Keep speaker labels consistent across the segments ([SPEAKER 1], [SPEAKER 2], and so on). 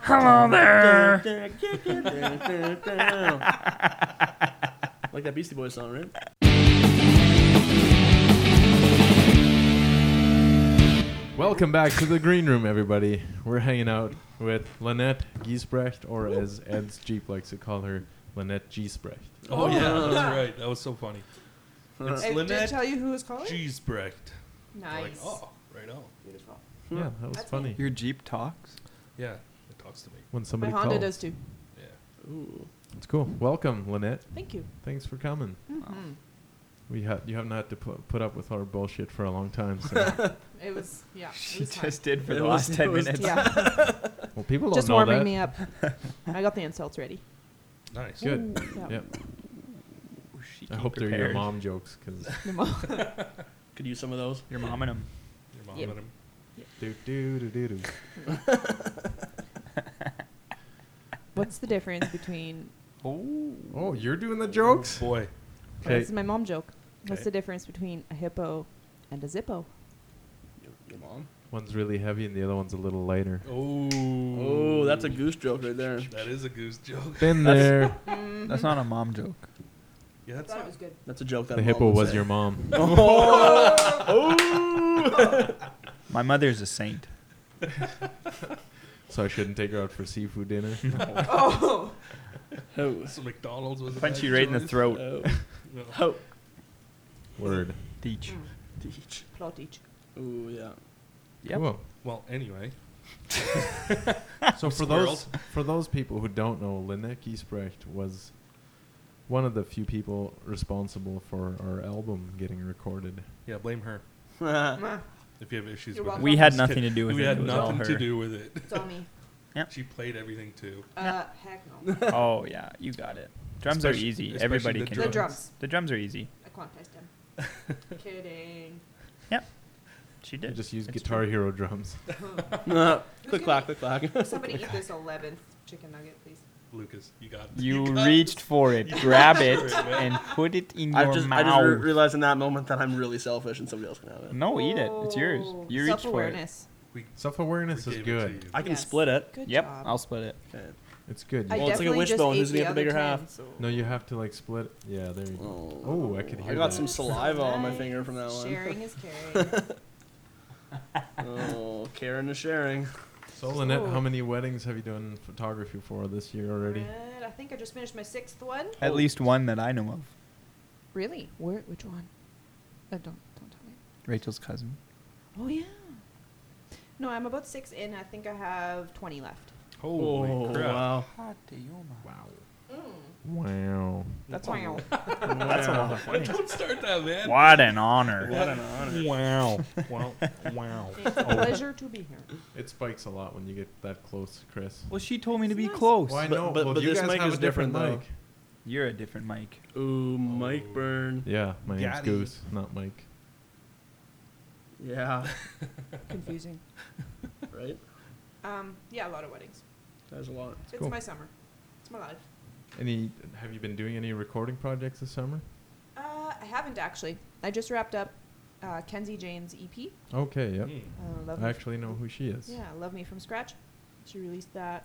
[SPEAKER 1] Hello there.
[SPEAKER 2] like that Beastie Boys song, right?
[SPEAKER 3] Welcome back to the green room, everybody. We're hanging out with Lynette Giesbrecht, or as Ed's Jeep likes to call her, Lynette Giesbrecht.
[SPEAKER 4] Oh yeah, that's right. That was so funny. It's
[SPEAKER 5] Hey, did it
[SPEAKER 4] Lynette
[SPEAKER 5] tell you who was calling?
[SPEAKER 4] Giesbrecht. Like,
[SPEAKER 5] Nice.
[SPEAKER 4] oh, right on.
[SPEAKER 3] Yeah, that was
[SPEAKER 5] Hmm. That's
[SPEAKER 3] funny.
[SPEAKER 1] Your Jeep talks?
[SPEAKER 4] Yeah, it talks to me.
[SPEAKER 3] When
[SPEAKER 5] My
[SPEAKER 3] somebody
[SPEAKER 5] Honda
[SPEAKER 3] called.
[SPEAKER 5] does too.
[SPEAKER 4] Yeah.
[SPEAKER 2] Ooh.
[SPEAKER 3] It's cool. Welcome, Lynette.
[SPEAKER 5] Thank you.
[SPEAKER 3] Thanks for coming.
[SPEAKER 5] Mhm.
[SPEAKER 3] We ha- you haven't had to put, put up with our bullshit for a long time. So.
[SPEAKER 5] It was yeah. It
[SPEAKER 1] She
[SPEAKER 5] was fine.
[SPEAKER 1] just did for
[SPEAKER 2] It
[SPEAKER 1] the last
[SPEAKER 2] was- it
[SPEAKER 1] 10
[SPEAKER 2] was-
[SPEAKER 1] minutes.
[SPEAKER 5] yeah.
[SPEAKER 3] well, people don't
[SPEAKER 5] just
[SPEAKER 3] know
[SPEAKER 5] warming
[SPEAKER 3] that.
[SPEAKER 5] me up. I got the insults ready.
[SPEAKER 4] Nice.
[SPEAKER 3] Good.
[SPEAKER 5] Ooh, yeah.
[SPEAKER 3] Yep.
[SPEAKER 1] Ooh, she
[SPEAKER 3] I
[SPEAKER 1] came
[SPEAKER 3] hope they're your
[SPEAKER 1] prepared.
[SPEAKER 3] mom jokes, because
[SPEAKER 5] The mo-
[SPEAKER 2] Could use some of those.
[SPEAKER 1] Your mom and him.
[SPEAKER 4] Your mom
[SPEAKER 5] Yeah.
[SPEAKER 4] let him.
[SPEAKER 3] do do do do do.
[SPEAKER 5] What's the difference between?
[SPEAKER 1] Oh.
[SPEAKER 3] Oh, you're doing the jokes?
[SPEAKER 4] Oh, boy.
[SPEAKER 5] This
[SPEAKER 3] Okay.
[SPEAKER 5] is my mom joke. What's
[SPEAKER 4] Okay.
[SPEAKER 5] the difference between a hippo and a zippo?
[SPEAKER 2] Your, your mom.
[SPEAKER 3] One's really heavy and the other one's a little lighter.
[SPEAKER 4] Oh.
[SPEAKER 2] Oh, that's a goose joke right there.
[SPEAKER 4] That is a goose joke.
[SPEAKER 3] Been there.
[SPEAKER 5] Mm,
[SPEAKER 1] That's not a mom joke.
[SPEAKER 4] Yeah, that's not,
[SPEAKER 5] good.
[SPEAKER 2] That's a joke that
[SPEAKER 3] the
[SPEAKER 2] a mom
[SPEAKER 3] hippo
[SPEAKER 2] would
[SPEAKER 3] was
[SPEAKER 2] say.
[SPEAKER 3] your mom.
[SPEAKER 2] Oh.
[SPEAKER 1] My mother's a saint.
[SPEAKER 3] So I shouldn't take her out for seafood dinner.
[SPEAKER 5] Oh,
[SPEAKER 2] Ho.
[SPEAKER 4] so McDonald's was. a
[SPEAKER 1] Punch
[SPEAKER 4] bad
[SPEAKER 1] you right in the
[SPEAKER 4] choice.
[SPEAKER 1] throat.
[SPEAKER 2] Ho.
[SPEAKER 4] No.
[SPEAKER 2] Ho.
[SPEAKER 3] Word.
[SPEAKER 1] Teach.
[SPEAKER 2] Teach.
[SPEAKER 5] plot each.
[SPEAKER 2] Ooh, yeah.
[SPEAKER 1] Yep.
[SPEAKER 3] Cool.
[SPEAKER 4] Well, anyway,
[SPEAKER 3] So for those for those people who don't know, Lynette Giesbrecht was one of the few people responsible for our album getting recorded.
[SPEAKER 4] yeah, blame her
[SPEAKER 1] Uh.
[SPEAKER 4] if you have issues
[SPEAKER 5] You're
[SPEAKER 4] with
[SPEAKER 5] welcome.
[SPEAKER 4] it.
[SPEAKER 1] We had nothing to do with
[SPEAKER 4] We
[SPEAKER 1] it.
[SPEAKER 4] had
[SPEAKER 1] it was all
[SPEAKER 4] nothing to
[SPEAKER 1] her.
[SPEAKER 4] do with it.
[SPEAKER 5] It's on me.
[SPEAKER 4] She played everything too.
[SPEAKER 5] Uh, heck no.
[SPEAKER 1] Oh yeah, you got it. Drums
[SPEAKER 4] Especially-
[SPEAKER 1] are easy.
[SPEAKER 4] especially
[SPEAKER 1] Everybody
[SPEAKER 4] the
[SPEAKER 1] can.
[SPEAKER 5] The
[SPEAKER 1] do it.
[SPEAKER 5] drums.
[SPEAKER 1] The drums are easy.
[SPEAKER 5] I contest him. Kidding.
[SPEAKER 1] She
[SPEAKER 3] I
[SPEAKER 1] did.
[SPEAKER 3] just used
[SPEAKER 1] It's
[SPEAKER 3] Guitar
[SPEAKER 1] true.
[SPEAKER 3] Hero drums.
[SPEAKER 2] click clack, click clack.
[SPEAKER 5] Somebody eat this eleventh chicken nugget, please.
[SPEAKER 4] Lucas, you got it.
[SPEAKER 1] You
[SPEAKER 4] got
[SPEAKER 1] reached for it.
[SPEAKER 4] You
[SPEAKER 1] Grab
[SPEAKER 4] reached
[SPEAKER 1] it
[SPEAKER 4] for it, man.
[SPEAKER 1] and put it in
[SPEAKER 2] I
[SPEAKER 1] your
[SPEAKER 2] just, I just re-
[SPEAKER 1] mouth.
[SPEAKER 2] realized in that moment that I'm really selfish and somebody else can have it.
[SPEAKER 1] No, eat it. It's yours.
[SPEAKER 5] Oh,
[SPEAKER 1] You reached for it.
[SPEAKER 5] Self-awareness.
[SPEAKER 3] Self
[SPEAKER 4] We
[SPEAKER 3] awareness is
[SPEAKER 4] gave it to
[SPEAKER 3] good.
[SPEAKER 4] you.
[SPEAKER 2] I can
[SPEAKER 5] Yes.
[SPEAKER 2] split it.
[SPEAKER 5] Good
[SPEAKER 1] Yep,
[SPEAKER 5] job.
[SPEAKER 1] I'll split it.
[SPEAKER 2] Okay.
[SPEAKER 3] It's good.
[SPEAKER 5] I
[SPEAKER 2] Well, it's like a
[SPEAKER 5] definitely just
[SPEAKER 2] wishbone.
[SPEAKER 5] ate
[SPEAKER 2] Who's gonna get the
[SPEAKER 5] other
[SPEAKER 2] bigger half?
[SPEAKER 5] 10, so-
[SPEAKER 3] no, you have to like split. Yeah, there you go.
[SPEAKER 2] Oh,
[SPEAKER 3] Oh, I could hear
[SPEAKER 2] I got
[SPEAKER 3] that.
[SPEAKER 2] some saliva on my finger from that
[SPEAKER 5] Nice.
[SPEAKER 2] one.
[SPEAKER 5] Sharing is caring.
[SPEAKER 2] Oh, Karen is sharing.
[SPEAKER 3] So Lynette, how
[SPEAKER 5] Cool.
[SPEAKER 3] many weddings have you done photography for this year already?
[SPEAKER 5] Alright, I think I just finished my sixth one.
[SPEAKER 1] At least one that I know of.
[SPEAKER 5] Really? Where? Which one? Uh, don't don't tell me.
[SPEAKER 1] Rachel's cousin.
[SPEAKER 5] Oh yeah. No, I'm about six in. I think I have twenty left.
[SPEAKER 4] Holy
[SPEAKER 2] oh,
[SPEAKER 4] crap!
[SPEAKER 2] wow.
[SPEAKER 3] Wow. Wow.
[SPEAKER 5] That's wow.
[SPEAKER 1] That's a lot of
[SPEAKER 4] Why Don't start that, man.
[SPEAKER 1] What an honor.
[SPEAKER 2] What an honor.
[SPEAKER 4] Wow! wow! Wow!
[SPEAKER 5] it's
[SPEAKER 3] Oh.
[SPEAKER 5] a pleasure to be here.
[SPEAKER 3] It spikes a lot when you get that close, Chris.
[SPEAKER 1] Well, she told me to
[SPEAKER 5] It's
[SPEAKER 1] be
[SPEAKER 5] nice.
[SPEAKER 1] close.
[SPEAKER 3] Why
[SPEAKER 2] But-
[SPEAKER 3] no?
[SPEAKER 2] but-
[SPEAKER 3] well,
[SPEAKER 2] but
[SPEAKER 3] you
[SPEAKER 2] this
[SPEAKER 3] guys
[SPEAKER 2] mic
[SPEAKER 3] have
[SPEAKER 2] is
[SPEAKER 3] a different
[SPEAKER 2] different,
[SPEAKER 3] mic.
[SPEAKER 1] You're a different Mike.
[SPEAKER 2] Ooh, Mike
[SPEAKER 4] Oh.
[SPEAKER 2] Byrne.
[SPEAKER 3] Yeah, my name's
[SPEAKER 4] Daddy.
[SPEAKER 3] Goose, not Mike.
[SPEAKER 2] Yeah,
[SPEAKER 5] Confusing.
[SPEAKER 2] right?
[SPEAKER 5] Um. Yeah, a lot of weddings.
[SPEAKER 2] There's a lot.
[SPEAKER 5] It's
[SPEAKER 3] cool.
[SPEAKER 5] my summer. It's my life.
[SPEAKER 3] Any? Have you been doing any recording projects this summer?
[SPEAKER 5] Uh, I haven't actually. I just wrapped up uh, Kenzie Jane's EP.
[SPEAKER 3] Okay, yep.
[SPEAKER 4] Hmm.
[SPEAKER 5] Uh, Love
[SPEAKER 3] I
[SPEAKER 5] Me-
[SPEAKER 3] actually know who she is.
[SPEAKER 5] Yeah, Love Me From Scratch. She released that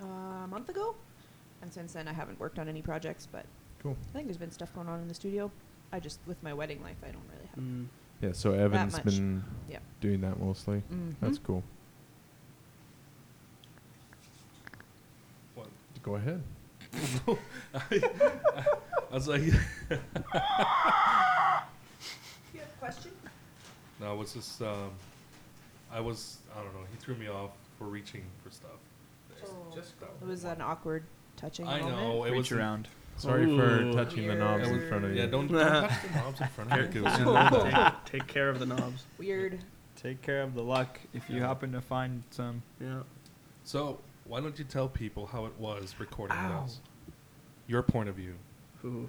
[SPEAKER 5] uh, a month ago. And since then, I haven't worked on any projects, but
[SPEAKER 3] Cool.
[SPEAKER 5] I think there's been stuff going on in the studio. I just, with my wedding life, I don't really have.
[SPEAKER 2] Mm.
[SPEAKER 3] Yeah. So Evan's
[SPEAKER 5] much.
[SPEAKER 3] been
[SPEAKER 5] Yep. Mm-hmm.
[SPEAKER 3] doing that mostly. Mm. That's cool.
[SPEAKER 4] What?
[SPEAKER 3] Go ahead.
[SPEAKER 4] I, Hmm. I was like,
[SPEAKER 5] You have a question?
[SPEAKER 4] no, it was just, um, I was, I don't know. He threw me off for reaching for stuff. There's
[SPEAKER 5] Oh.
[SPEAKER 4] just that
[SPEAKER 5] It was
[SPEAKER 4] one.
[SPEAKER 5] an awkward touching
[SPEAKER 4] I
[SPEAKER 5] moment.
[SPEAKER 4] know. Oh, It
[SPEAKER 1] Reach
[SPEAKER 4] was
[SPEAKER 1] around.
[SPEAKER 3] Sorry for
[SPEAKER 2] Ooh.
[SPEAKER 3] touching the knobs in front of you.
[SPEAKER 4] Yeah, don't, don't touch the knobs in front of you.
[SPEAKER 2] You know, take, take care of the knobs.
[SPEAKER 5] Weird.
[SPEAKER 1] Take care of the luck if you
[SPEAKER 4] Yeah.
[SPEAKER 1] happen to find some.
[SPEAKER 2] Yeah.
[SPEAKER 4] So why don't you tell people how it was recording
[SPEAKER 1] Ow.
[SPEAKER 4] those? Your point of view.
[SPEAKER 2] Ooh.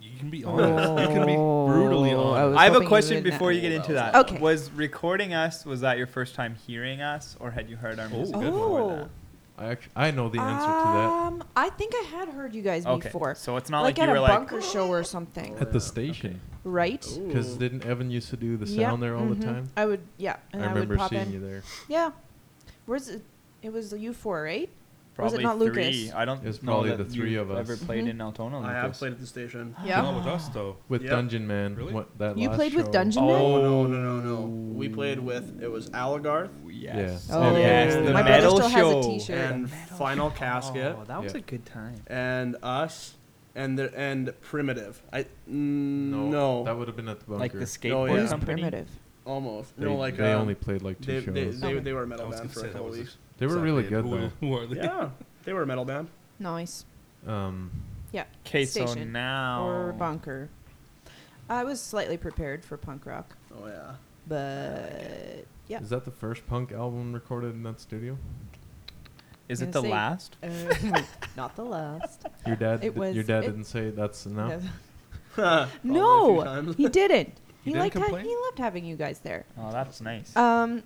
[SPEAKER 4] You can be honest. You can be brutally
[SPEAKER 5] Oh, I
[SPEAKER 4] honest.
[SPEAKER 5] was
[SPEAKER 1] I have
[SPEAKER 5] hoping
[SPEAKER 1] a
[SPEAKER 5] you
[SPEAKER 1] question
[SPEAKER 5] wouldn't-
[SPEAKER 1] before you get
[SPEAKER 2] Oh,
[SPEAKER 1] into
[SPEAKER 2] that
[SPEAKER 1] that.
[SPEAKER 5] was awesome. Okay.
[SPEAKER 1] Was recording us, was that your first time hearing us, or had you heard our
[SPEAKER 4] Oh,
[SPEAKER 1] music
[SPEAKER 4] good
[SPEAKER 1] before
[SPEAKER 5] Oh.
[SPEAKER 1] that?
[SPEAKER 3] I actually, I know the answer
[SPEAKER 5] Um, I think I had heard you guys
[SPEAKER 1] Okay.
[SPEAKER 5] before.
[SPEAKER 1] So it's not
[SPEAKER 5] like,
[SPEAKER 1] like,
[SPEAKER 5] at
[SPEAKER 1] you were
[SPEAKER 5] a
[SPEAKER 1] like,
[SPEAKER 5] bunker show or something,
[SPEAKER 3] to that at the station
[SPEAKER 5] right?
[SPEAKER 3] because
[SPEAKER 2] Ooh.
[SPEAKER 3] didn't Evan used to do the sound
[SPEAKER 5] Yeah,
[SPEAKER 3] there all
[SPEAKER 5] mhm.
[SPEAKER 3] the time?
[SPEAKER 5] I would, yeah, and
[SPEAKER 3] I
[SPEAKER 5] I, would
[SPEAKER 3] remember
[SPEAKER 5] pop
[SPEAKER 3] seeing
[SPEAKER 5] in.
[SPEAKER 3] you there.
[SPEAKER 5] Yeah. Where's it? It was U four, right? Was
[SPEAKER 1] Probably
[SPEAKER 5] it not
[SPEAKER 1] three.
[SPEAKER 5] Lucas?
[SPEAKER 1] I don't
[SPEAKER 3] It was
[SPEAKER 1] know
[SPEAKER 3] probably
[SPEAKER 1] that
[SPEAKER 3] the three
[SPEAKER 1] you've
[SPEAKER 3] of us.
[SPEAKER 1] ever played
[SPEAKER 5] Mhm.
[SPEAKER 1] in Altona.
[SPEAKER 2] I have
[SPEAKER 1] Oh, Lucas.
[SPEAKER 2] played at the station.
[SPEAKER 5] Yeah.
[SPEAKER 4] Not with us though.
[SPEAKER 3] with
[SPEAKER 2] Yep.
[SPEAKER 3] Dungeon Man.
[SPEAKER 4] Really?
[SPEAKER 3] What that
[SPEAKER 5] You
[SPEAKER 3] last
[SPEAKER 5] played with
[SPEAKER 3] show.
[SPEAKER 5] Dungeon Man?
[SPEAKER 2] Oh no no no no! We played with it was Aligarth
[SPEAKER 1] Yes.
[SPEAKER 3] Yeah. Oh,
[SPEAKER 1] yes. The
[SPEAKER 2] my brother
[SPEAKER 1] metal
[SPEAKER 5] still has a
[SPEAKER 1] show.
[SPEAKER 5] t-shirt. Sure.
[SPEAKER 2] and Final Casket
[SPEAKER 1] Oh, that was
[SPEAKER 3] Yeah.
[SPEAKER 1] a good time.
[SPEAKER 2] and us and the and Primitive. I mm,
[SPEAKER 3] No,
[SPEAKER 2] no,
[SPEAKER 3] that would have been at the bunker.
[SPEAKER 1] Like the skateboard
[SPEAKER 2] Oh, yeah.
[SPEAKER 5] Who's
[SPEAKER 1] company.
[SPEAKER 5] primitive?
[SPEAKER 2] almost
[SPEAKER 3] they,
[SPEAKER 2] no like
[SPEAKER 3] they
[SPEAKER 2] um,
[SPEAKER 3] only played like
[SPEAKER 2] they,
[SPEAKER 3] two
[SPEAKER 2] they,
[SPEAKER 3] shows.
[SPEAKER 2] they,
[SPEAKER 5] Okay.
[SPEAKER 2] they were a
[SPEAKER 4] I
[SPEAKER 2] metal
[SPEAKER 4] was
[SPEAKER 2] band
[SPEAKER 4] gonna
[SPEAKER 2] for
[SPEAKER 4] say
[SPEAKER 2] a
[SPEAKER 4] that
[SPEAKER 2] couple
[SPEAKER 4] was
[SPEAKER 2] weeks.
[SPEAKER 3] They were really good
[SPEAKER 4] who,
[SPEAKER 3] though.
[SPEAKER 4] Who are they?
[SPEAKER 2] Yeah, they were a metal band.
[SPEAKER 5] Nice.
[SPEAKER 3] Um,
[SPEAKER 1] Okay, so
[SPEAKER 5] Station.
[SPEAKER 1] now.
[SPEAKER 5] Or bunker. I was slightly prepared for punk rock,
[SPEAKER 2] Oh yeah,
[SPEAKER 5] but yeah.
[SPEAKER 3] is that the first punk album recorded in that studio?
[SPEAKER 1] Is it
[SPEAKER 5] Gonna
[SPEAKER 1] the
[SPEAKER 5] say-
[SPEAKER 1] last?
[SPEAKER 5] Uh, not the last.
[SPEAKER 3] Your dad,
[SPEAKER 5] Uh, It
[SPEAKER 3] di-
[SPEAKER 5] was-
[SPEAKER 3] your dad
[SPEAKER 5] it-
[SPEAKER 3] didn't say that's enough.
[SPEAKER 2] Probably a few
[SPEAKER 5] no,
[SPEAKER 2] times.
[SPEAKER 5] he didn't.
[SPEAKER 4] He
[SPEAKER 5] He,
[SPEAKER 4] didn't
[SPEAKER 5] liked ha-
[SPEAKER 4] complain?
[SPEAKER 5] he loved having you guys there.
[SPEAKER 1] Oh, that's nice.
[SPEAKER 5] Um,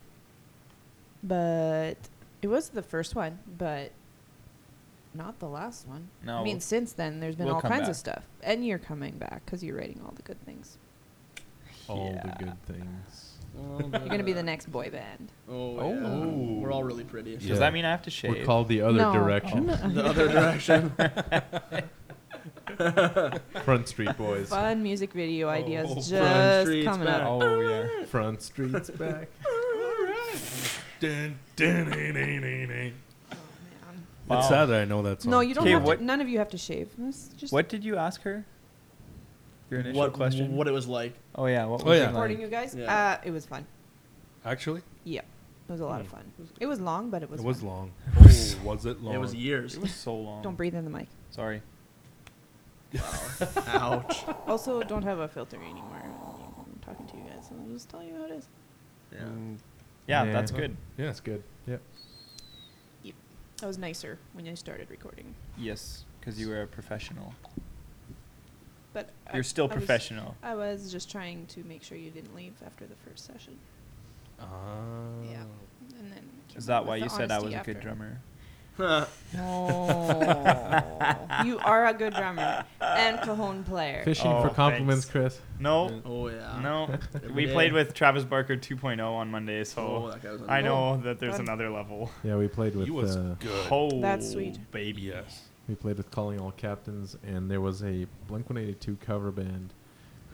[SPEAKER 5] but it was the first one, but not the last one.
[SPEAKER 1] No,
[SPEAKER 5] I mean,
[SPEAKER 1] we'll-
[SPEAKER 5] since then, there's been
[SPEAKER 1] we'll
[SPEAKER 5] all
[SPEAKER 1] come
[SPEAKER 5] kinds
[SPEAKER 1] back.
[SPEAKER 5] of stuff, and you're coming back because you're writing all the good things.
[SPEAKER 3] All
[SPEAKER 1] Yeah.
[SPEAKER 3] the good things.
[SPEAKER 2] Oh,
[SPEAKER 5] You're gonna be the
[SPEAKER 2] man.
[SPEAKER 5] next boy band.
[SPEAKER 2] Oh,
[SPEAKER 1] Oh.
[SPEAKER 2] yeah. we're all really pretty.
[SPEAKER 1] Does
[SPEAKER 3] Yeah.
[SPEAKER 1] that mean I have to shave?
[SPEAKER 3] We're called the other
[SPEAKER 5] No.
[SPEAKER 3] direction.
[SPEAKER 2] The other direction.
[SPEAKER 3] Front Street Boys.
[SPEAKER 5] Fun music video ideas
[SPEAKER 4] Oh,
[SPEAKER 2] Front
[SPEAKER 5] just
[SPEAKER 2] Street's
[SPEAKER 5] coming up.
[SPEAKER 2] back.
[SPEAKER 1] oh yeah.
[SPEAKER 3] Front Street's back.
[SPEAKER 4] Dun, dun, dun, dun, dun, dun.
[SPEAKER 5] Oh, man.
[SPEAKER 1] Wow.
[SPEAKER 4] It's sad that I know that song.
[SPEAKER 5] No, you don't.
[SPEAKER 1] Okay,
[SPEAKER 5] Have
[SPEAKER 1] what-
[SPEAKER 5] to, none of you have to shave. This just
[SPEAKER 1] What did you ask her? Your initial
[SPEAKER 2] what
[SPEAKER 1] question.
[SPEAKER 2] What it was like?
[SPEAKER 1] oh yeah. What
[SPEAKER 4] Oh,
[SPEAKER 1] was it
[SPEAKER 4] yeah.
[SPEAKER 1] like?
[SPEAKER 5] recording you guys.
[SPEAKER 2] Yeah.
[SPEAKER 5] Uh, it was fun.
[SPEAKER 4] Actually,
[SPEAKER 5] Yeah, it was a lot of
[SPEAKER 4] Hmm.
[SPEAKER 5] fun. It was long, but it was.
[SPEAKER 4] it was
[SPEAKER 5] fun.
[SPEAKER 4] long.
[SPEAKER 2] Oh,
[SPEAKER 4] Oh, was it long?
[SPEAKER 2] It was years.
[SPEAKER 1] It was so long.
[SPEAKER 5] Don't breathe in the mic.
[SPEAKER 1] Sorry.
[SPEAKER 2] Ouch.
[SPEAKER 5] Also, don't have a filter anymore. when I'm talking to you guys, and I'll just tell you how it is.
[SPEAKER 2] Yeah.
[SPEAKER 1] Yeah,
[SPEAKER 3] Yeah.
[SPEAKER 1] that's good.
[SPEAKER 4] Yeah,
[SPEAKER 3] That's good. Yep.
[SPEAKER 5] That was nicer when I started recording.
[SPEAKER 1] Yes, because you were a professional.
[SPEAKER 5] But I-
[SPEAKER 1] You're still
[SPEAKER 5] Uh, I was- uh,
[SPEAKER 1] professional.
[SPEAKER 5] I was just trying to make sure you didn't leave after the first session,
[SPEAKER 4] Ah.
[SPEAKER 5] Yeah. and then. I came
[SPEAKER 1] Is
[SPEAKER 5] up
[SPEAKER 1] that
[SPEAKER 5] with
[SPEAKER 1] why
[SPEAKER 5] the
[SPEAKER 1] you said I was
[SPEAKER 5] honesty
[SPEAKER 1] a good
[SPEAKER 5] after.
[SPEAKER 1] drummer? Mm.
[SPEAKER 5] Oh. No, you are a good drummer and cajon player.
[SPEAKER 3] Fishing
[SPEAKER 1] Oh,
[SPEAKER 3] for compliments, Chris.
[SPEAKER 1] No,
[SPEAKER 2] oh yeah.
[SPEAKER 1] no.
[SPEAKER 2] Every
[SPEAKER 1] we
[SPEAKER 2] day.
[SPEAKER 1] played with Travis Barker 2.0 on Monday,
[SPEAKER 2] Oh,
[SPEAKER 1] so
[SPEAKER 2] that guy was
[SPEAKER 1] I know
[SPEAKER 2] unbelievable.
[SPEAKER 1] that there's
[SPEAKER 5] Fun.
[SPEAKER 1] another level.
[SPEAKER 3] Yeah, we played with
[SPEAKER 4] you was
[SPEAKER 3] uh,
[SPEAKER 4] good.
[SPEAKER 1] Oh,
[SPEAKER 5] That's sweet.
[SPEAKER 1] baby.
[SPEAKER 4] Yes.
[SPEAKER 3] we played with Calling All Captains, and there was a Blink One Eighty Two cover band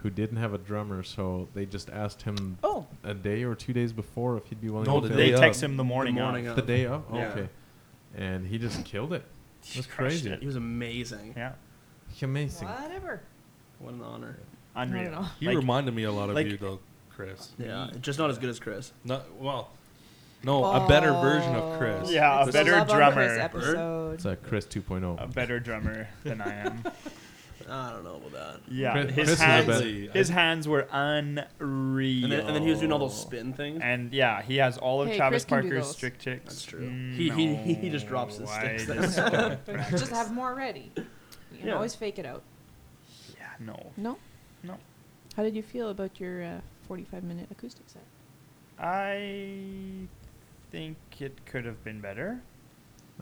[SPEAKER 3] who didn't have a drummer, so they just asked him
[SPEAKER 5] Oh,
[SPEAKER 3] a day or two days before if he'd be willing
[SPEAKER 4] No,
[SPEAKER 3] to
[SPEAKER 4] the
[SPEAKER 3] fill
[SPEAKER 1] They
[SPEAKER 4] day
[SPEAKER 3] in.
[SPEAKER 4] of.
[SPEAKER 1] text him the morning,
[SPEAKER 2] The
[SPEAKER 1] of.
[SPEAKER 2] morning of.
[SPEAKER 3] the day of.
[SPEAKER 2] Yeah.
[SPEAKER 3] Okay, and he just killed it.
[SPEAKER 1] He
[SPEAKER 3] That's
[SPEAKER 1] crushed
[SPEAKER 3] crazy.
[SPEAKER 1] it.
[SPEAKER 2] He was amazing.
[SPEAKER 1] Yeah,
[SPEAKER 3] Amazing.
[SPEAKER 5] whatever.
[SPEAKER 2] What an honor.
[SPEAKER 5] I don't
[SPEAKER 1] unreal.
[SPEAKER 5] know.
[SPEAKER 4] You
[SPEAKER 1] Like-
[SPEAKER 4] reminded me a lot of
[SPEAKER 1] like-
[SPEAKER 4] you though, Chris.
[SPEAKER 2] Yeah, just not as good as Chris.
[SPEAKER 4] Not well. No,
[SPEAKER 5] Oh,
[SPEAKER 4] a better version of Chris.
[SPEAKER 1] Yeah, a
[SPEAKER 4] This-
[SPEAKER 1] better
[SPEAKER 5] Love on
[SPEAKER 1] drummer.
[SPEAKER 5] Chris
[SPEAKER 1] Bird?
[SPEAKER 5] episode.
[SPEAKER 3] It's a Chris oh. 2.0.
[SPEAKER 4] Um,
[SPEAKER 1] A better drummer than I am.
[SPEAKER 2] I don't know about that.
[SPEAKER 1] Yeah,
[SPEAKER 3] Chris-
[SPEAKER 1] his
[SPEAKER 3] Chris is a
[SPEAKER 1] hands,
[SPEAKER 4] better-
[SPEAKER 1] his hands were unreal.
[SPEAKER 2] And then, and then he was doing all those spin things.
[SPEAKER 1] And yeah, he has all of
[SPEAKER 5] Hey,
[SPEAKER 1] Travis
[SPEAKER 5] Chris can do
[SPEAKER 1] Parker's
[SPEAKER 5] those.
[SPEAKER 1] strict chicks. Mm,
[SPEAKER 2] That's true. He- he- he- he just drops his
[SPEAKER 1] I
[SPEAKER 2] sticks.
[SPEAKER 1] just don't practice.
[SPEAKER 5] Just have more ready. You can
[SPEAKER 2] Yeah.
[SPEAKER 5] always fake it out.
[SPEAKER 1] Yeah, no.
[SPEAKER 5] No.
[SPEAKER 1] No.
[SPEAKER 5] How did you feel about your uh, 45 minute acoustic set?
[SPEAKER 1] I think it could have been better.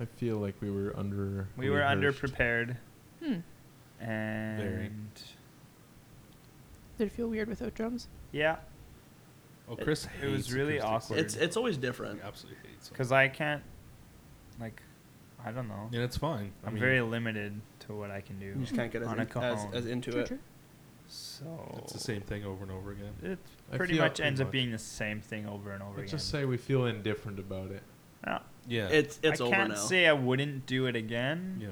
[SPEAKER 3] I feel like we were under.
[SPEAKER 1] We were
[SPEAKER 3] rehearsed.
[SPEAKER 1] underprepared,
[SPEAKER 5] Hmm.
[SPEAKER 1] and
[SPEAKER 5] Did it feel weird without drums?
[SPEAKER 1] yeah,
[SPEAKER 4] Oh, Chris.
[SPEAKER 1] It- it was
[SPEAKER 4] hates
[SPEAKER 1] really
[SPEAKER 4] acoustics.
[SPEAKER 1] awkward.
[SPEAKER 2] It's it's always different.
[SPEAKER 4] He absolutely hates. it.
[SPEAKER 1] because I can't, like, I don't know.
[SPEAKER 4] And it's fine. I
[SPEAKER 1] I'm
[SPEAKER 4] mean,
[SPEAKER 1] very limited to what I can do.
[SPEAKER 2] You just can't get as,
[SPEAKER 1] On a
[SPEAKER 2] in, as,
[SPEAKER 1] cajon.
[SPEAKER 2] as into
[SPEAKER 5] True,
[SPEAKER 2] it.
[SPEAKER 5] true.
[SPEAKER 1] So
[SPEAKER 4] It's the same thing over and over again.
[SPEAKER 1] It
[SPEAKER 3] I
[SPEAKER 1] pretty
[SPEAKER 3] feel-
[SPEAKER 1] much
[SPEAKER 3] pretty
[SPEAKER 1] ends up
[SPEAKER 3] much.
[SPEAKER 1] being the same thing over and over
[SPEAKER 3] Let's
[SPEAKER 1] again.
[SPEAKER 3] just say we feel indifferent about it.
[SPEAKER 1] Yeah.
[SPEAKER 4] Yeah.
[SPEAKER 2] It's it's
[SPEAKER 1] I
[SPEAKER 2] over
[SPEAKER 1] can't
[SPEAKER 2] now.
[SPEAKER 1] say I wouldn't do it again,
[SPEAKER 4] yeah.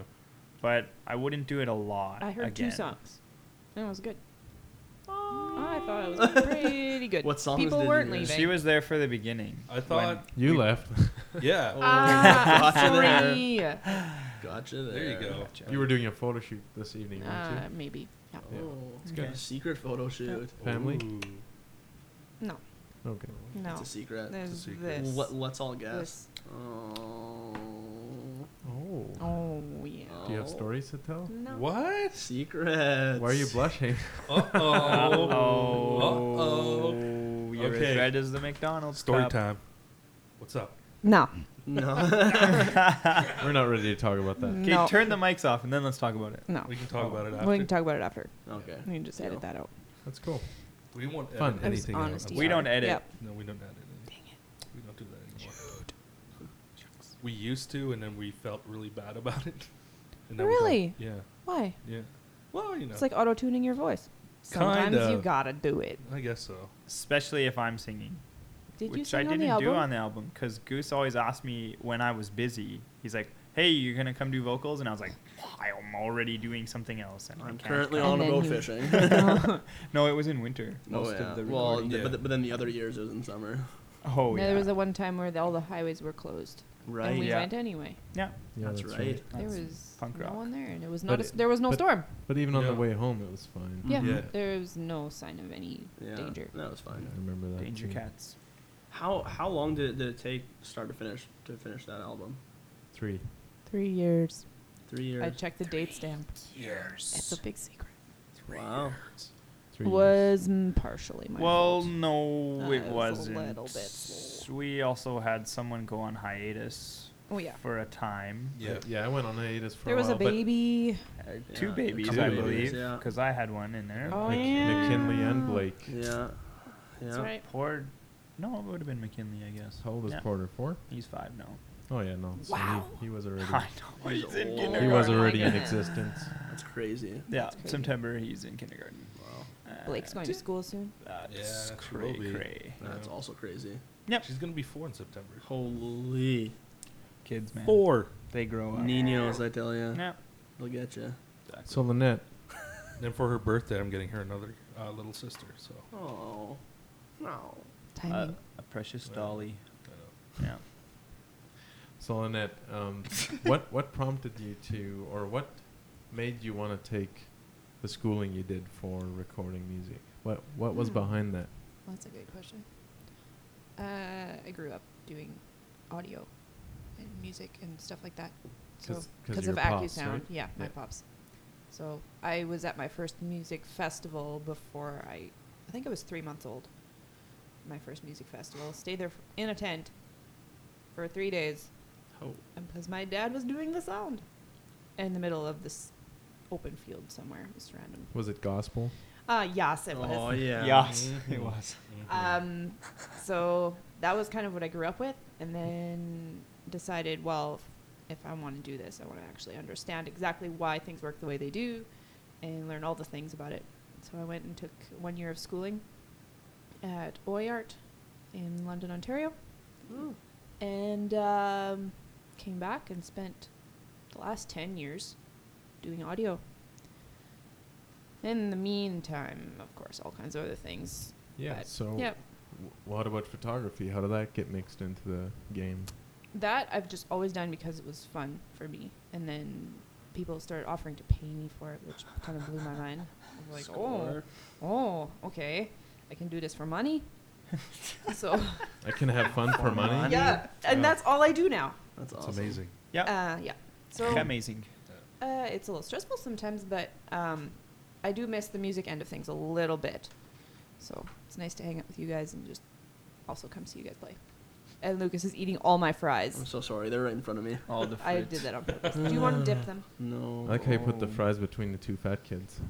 [SPEAKER 1] but I wouldn't do it a lot.
[SPEAKER 5] I heard
[SPEAKER 1] again.
[SPEAKER 5] two songs. And it was good. I thought it was pretty good.
[SPEAKER 2] What songs
[SPEAKER 5] People
[SPEAKER 2] did you
[SPEAKER 5] weren't
[SPEAKER 2] hear?
[SPEAKER 5] leaving.
[SPEAKER 1] She was there for the beginning.
[SPEAKER 4] I thought.
[SPEAKER 3] You
[SPEAKER 4] we-
[SPEAKER 3] left.
[SPEAKER 4] Yeah.
[SPEAKER 2] Oh.
[SPEAKER 5] Ah,
[SPEAKER 2] Gotcha there.
[SPEAKER 5] sorry.
[SPEAKER 2] Gotcha there.
[SPEAKER 4] There you go.
[SPEAKER 1] Gotcha.
[SPEAKER 3] you were doing a photo shoot this evening, weren't
[SPEAKER 5] Uh, maybe. Yeah.
[SPEAKER 2] Oh,
[SPEAKER 3] Yeah.
[SPEAKER 2] it's
[SPEAKER 1] Okay.
[SPEAKER 2] got a secret photo shoot.
[SPEAKER 3] Family?
[SPEAKER 4] Ooh.
[SPEAKER 5] No.
[SPEAKER 3] you? Okay.
[SPEAKER 5] No.
[SPEAKER 2] It's a secret.
[SPEAKER 5] There's
[SPEAKER 4] secret.
[SPEAKER 5] this.
[SPEAKER 2] Let, let's all guess.
[SPEAKER 5] this.
[SPEAKER 2] Oh,
[SPEAKER 3] Oh.
[SPEAKER 5] Oh, yeah.
[SPEAKER 3] Do you have
[SPEAKER 2] Oh.
[SPEAKER 3] stories to tell?
[SPEAKER 5] No.
[SPEAKER 4] What?
[SPEAKER 2] secret.
[SPEAKER 3] Why are you blushing?
[SPEAKER 4] Uh
[SPEAKER 1] oh.
[SPEAKER 4] oh.
[SPEAKER 1] You're
[SPEAKER 4] Okay.
[SPEAKER 1] as red as the McDonald's.
[SPEAKER 4] Story
[SPEAKER 1] cup.
[SPEAKER 4] time. What's up?
[SPEAKER 5] No.
[SPEAKER 2] No.
[SPEAKER 3] we're not ready to talk about that.
[SPEAKER 1] Okay,
[SPEAKER 5] No.
[SPEAKER 1] turn the mics off and then let's talk about it.
[SPEAKER 5] No.
[SPEAKER 4] We can talk about it after.
[SPEAKER 5] We can talk about it after.
[SPEAKER 2] okay.
[SPEAKER 5] We can just edit that out.
[SPEAKER 3] That's cool.
[SPEAKER 4] We won't edit
[SPEAKER 3] Fun.
[SPEAKER 5] It was
[SPEAKER 4] anything. out.
[SPEAKER 5] honesty.
[SPEAKER 1] We don't edit.
[SPEAKER 5] Yep.
[SPEAKER 4] No, we don't edit. Dang it. We don't do that anymore. we used to, and then we felt really bad about it. And now we don't.
[SPEAKER 5] Really?
[SPEAKER 4] Yeah.
[SPEAKER 5] Why?
[SPEAKER 4] Yeah. Well, you know,
[SPEAKER 5] It's like auto tuning your voice. Sometimes you
[SPEAKER 4] Kinda.
[SPEAKER 5] gotta do it.
[SPEAKER 4] I guess so.
[SPEAKER 1] Especially if I'm singing.
[SPEAKER 5] Did you
[SPEAKER 1] which
[SPEAKER 5] sing
[SPEAKER 1] I
[SPEAKER 5] on
[SPEAKER 1] didn't
[SPEAKER 5] the album?
[SPEAKER 1] do on the album because Goose always asked me when I was busy. He's like, "Hey, you're gonna come do vocals?" And I was like, "I'm already doing something else." And I
[SPEAKER 2] I'm
[SPEAKER 1] can't
[SPEAKER 2] currently
[SPEAKER 1] come."
[SPEAKER 2] on a
[SPEAKER 5] And then
[SPEAKER 2] boat
[SPEAKER 5] you-
[SPEAKER 2] fishing.
[SPEAKER 1] No, it was in winter.
[SPEAKER 2] oh
[SPEAKER 1] Most
[SPEAKER 2] yeah.
[SPEAKER 1] of the
[SPEAKER 2] well,
[SPEAKER 1] recording.
[SPEAKER 2] th- but,
[SPEAKER 4] Yeah.
[SPEAKER 2] th- but then the other years it was in summer.
[SPEAKER 1] oh
[SPEAKER 5] no,
[SPEAKER 1] yeah.
[SPEAKER 5] There was a one time where the, all the highways were closed, and we
[SPEAKER 1] yeah.
[SPEAKER 5] went anyway.
[SPEAKER 1] yeah.
[SPEAKER 3] Yeah,
[SPEAKER 2] That's right.
[SPEAKER 5] there
[SPEAKER 1] That's-
[SPEAKER 5] was
[SPEAKER 1] punk
[SPEAKER 5] no
[SPEAKER 1] rock.
[SPEAKER 5] one there, and it was not. A,
[SPEAKER 3] But
[SPEAKER 5] s- there was no
[SPEAKER 3] but- Mm-hmm.
[SPEAKER 5] storm.
[SPEAKER 3] But even on the
[SPEAKER 4] Yeah.
[SPEAKER 3] way home, it was fine.
[SPEAKER 5] Yeah,
[SPEAKER 4] Yeah.
[SPEAKER 5] there was no sign of any
[SPEAKER 2] Yeah.
[SPEAKER 5] danger.
[SPEAKER 2] That was
[SPEAKER 3] I
[SPEAKER 2] fine.
[SPEAKER 3] remember that.
[SPEAKER 1] Danger
[SPEAKER 3] too.
[SPEAKER 1] Cats.
[SPEAKER 2] How how long did it, did it take start to finish to finish that album?
[SPEAKER 3] Three.
[SPEAKER 5] Three years.
[SPEAKER 2] Three years.
[SPEAKER 5] I checked the date stamp.
[SPEAKER 4] Years.
[SPEAKER 5] It's a big secret.
[SPEAKER 2] wow.
[SPEAKER 3] Three.
[SPEAKER 5] Was mm, partially my
[SPEAKER 1] Well,
[SPEAKER 5] fault.
[SPEAKER 1] no,
[SPEAKER 5] Uh,
[SPEAKER 1] it
[SPEAKER 5] it was a
[SPEAKER 1] wasn't.
[SPEAKER 5] little bit slow.
[SPEAKER 1] We also had someone go on hiatus
[SPEAKER 5] Oh yeah,
[SPEAKER 1] for a time.
[SPEAKER 3] years.
[SPEAKER 4] Yeah.
[SPEAKER 3] Uh, Yeah, I went on hiatus for
[SPEAKER 5] there
[SPEAKER 3] a
[SPEAKER 5] was
[SPEAKER 3] while.
[SPEAKER 5] a baby.
[SPEAKER 1] Uh, two
[SPEAKER 2] Yeah,
[SPEAKER 1] babies,
[SPEAKER 3] two
[SPEAKER 1] I
[SPEAKER 3] babies,
[SPEAKER 1] believe,
[SPEAKER 2] yeah.
[SPEAKER 1] because I had one in there.
[SPEAKER 3] But
[SPEAKER 5] Oh,
[SPEAKER 3] Mc-
[SPEAKER 5] yeah.
[SPEAKER 3] McKinley and Blake.
[SPEAKER 2] Yeah. Yeah.
[SPEAKER 5] That's right.
[SPEAKER 1] Poor. No, it would have been McKinley, I guess.
[SPEAKER 3] How old is
[SPEAKER 1] Yeah.
[SPEAKER 3] Porter? Four?
[SPEAKER 1] He's five now.
[SPEAKER 3] Oh, yeah, no. so
[SPEAKER 5] Wow.
[SPEAKER 3] he, he was already.
[SPEAKER 1] I know.
[SPEAKER 2] He's
[SPEAKER 1] He's in
[SPEAKER 2] old. He
[SPEAKER 1] kindergarten.
[SPEAKER 3] he was
[SPEAKER 5] Oh my
[SPEAKER 3] already in
[SPEAKER 5] goodness.
[SPEAKER 3] existence.
[SPEAKER 2] That's crazy.
[SPEAKER 1] Yeah,
[SPEAKER 5] That's crazy.
[SPEAKER 1] September he's in kindergarten.
[SPEAKER 2] Wow.
[SPEAKER 1] Uh,
[SPEAKER 5] Blake's going to
[SPEAKER 1] just-
[SPEAKER 5] school soon.
[SPEAKER 1] That's
[SPEAKER 4] Yeah, she will
[SPEAKER 1] cray
[SPEAKER 4] be.
[SPEAKER 1] cray.
[SPEAKER 2] That's
[SPEAKER 4] Yeah.
[SPEAKER 2] also crazy.
[SPEAKER 1] Yep.
[SPEAKER 4] She's gonna be four in September.
[SPEAKER 2] Holy
[SPEAKER 1] Kids, man.
[SPEAKER 4] Four.
[SPEAKER 1] They grow up.
[SPEAKER 2] ninos, I tell ya.
[SPEAKER 1] Yeah.
[SPEAKER 2] They'll get ya.
[SPEAKER 3] So,
[SPEAKER 1] Uh,
[SPEAKER 3] Lynette,
[SPEAKER 4] Then for her birthday, I'm getting her another uh, little sister. So.
[SPEAKER 2] Oh. No.
[SPEAKER 1] Uh,
[SPEAKER 5] Timing.
[SPEAKER 1] a precious
[SPEAKER 4] Yeah.
[SPEAKER 1] dolly.
[SPEAKER 4] I know.
[SPEAKER 1] Yeah.
[SPEAKER 3] so Lynette, um, what, what prompted you to, or what made you want to take the schooling you did for recording music? What, what was
[SPEAKER 5] Hmm.
[SPEAKER 3] behind that?
[SPEAKER 5] Well, That's a good question. Uh, I grew up doing audio and music and stuff like that. So
[SPEAKER 3] 'Cause- 'cause
[SPEAKER 5] because
[SPEAKER 3] your
[SPEAKER 5] of
[SPEAKER 3] pops,
[SPEAKER 5] AccuSound,
[SPEAKER 3] right?
[SPEAKER 5] yeah, my
[SPEAKER 3] Yeah.
[SPEAKER 5] pops. So I was at my first music festival before I, I think I was three months old. My first music festival. Stayed there f- in a tent for three days
[SPEAKER 2] Oh.
[SPEAKER 5] because my dad was doing the sound in the middle of this open field somewhere. It was random.
[SPEAKER 3] Was it gospel?
[SPEAKER 5] Uh, yes, it was.
[SPEAKER 2] Oh yeah.
[SPEAKER 1] Yes,
[SPEAKER 4] Mhm.
[SPEAKER 1] it was.
[SPEAKER 4] Mhm.
[SPEAKER 5] Um, so that was kind of what I grew up with, and then decided, well, if I want to do this, I want to actually understand exactly why things work the way they do, and learn all the things about it. So I went and took one year of schooling at OyArt in London, Ontario, and um, came back and spent the last ten years doing audio. In the meantime, of course, all kinds of other things.
[SPEAKER 3] Yeah.
[SPEAKER 5] but-
[SPEAKER 3] So,
[SPEAKER 5] Yep.
[SPEAKER 3] wh- what about photography? How did that get mixed into the game?
[SPEAKER 5] that I've just always done because it was fun for me. And then people started offering to pay me for it, which kind of blew my mind. I was like,
[SPEAKER 2] Score.
[SPEAKER 5] oh, oh, okay, I can do this for money. so
[SPEAKER 3] I can have fun for
[SPEAKER 1] For
[SPEAKER 3] money.
[SPEAKER 1] money.
[SPEAKER 5] yeah,
[SPEAKER 4] Yeah.
[SPEAKER 5] and that's all I do now.
[SPEAKER 2] That's
[SPEAKER 4] It's
[SPEAKER 2] awesome.
[SPEAKER 4] amazing.
[SPEAKER 1] Yeah.
[SPEAKER 5] Uh, yeah. So
[SPEAKER 1] Amazing.
[SPEAKER 5] uh, it's a little stressful sometimes, but um, I do miss the music end of things a little bit. So it's nice to hang out with you guys and just also come see you guys play. And Lucas is eating all my fries.
[SPEAKER 2] I'm so sorry. They're right in front of me.
[SPEAKER 1] All the
[SPEAKER 5] I did that on purpose. do you want to dip them?
[SPEAKER 3] I
[SPEAKER 2] No.
[SPEAKER 3] like how you put the
[SPEAKER 1] Oh.
[SPEAKER 3] fries between the two fat kids.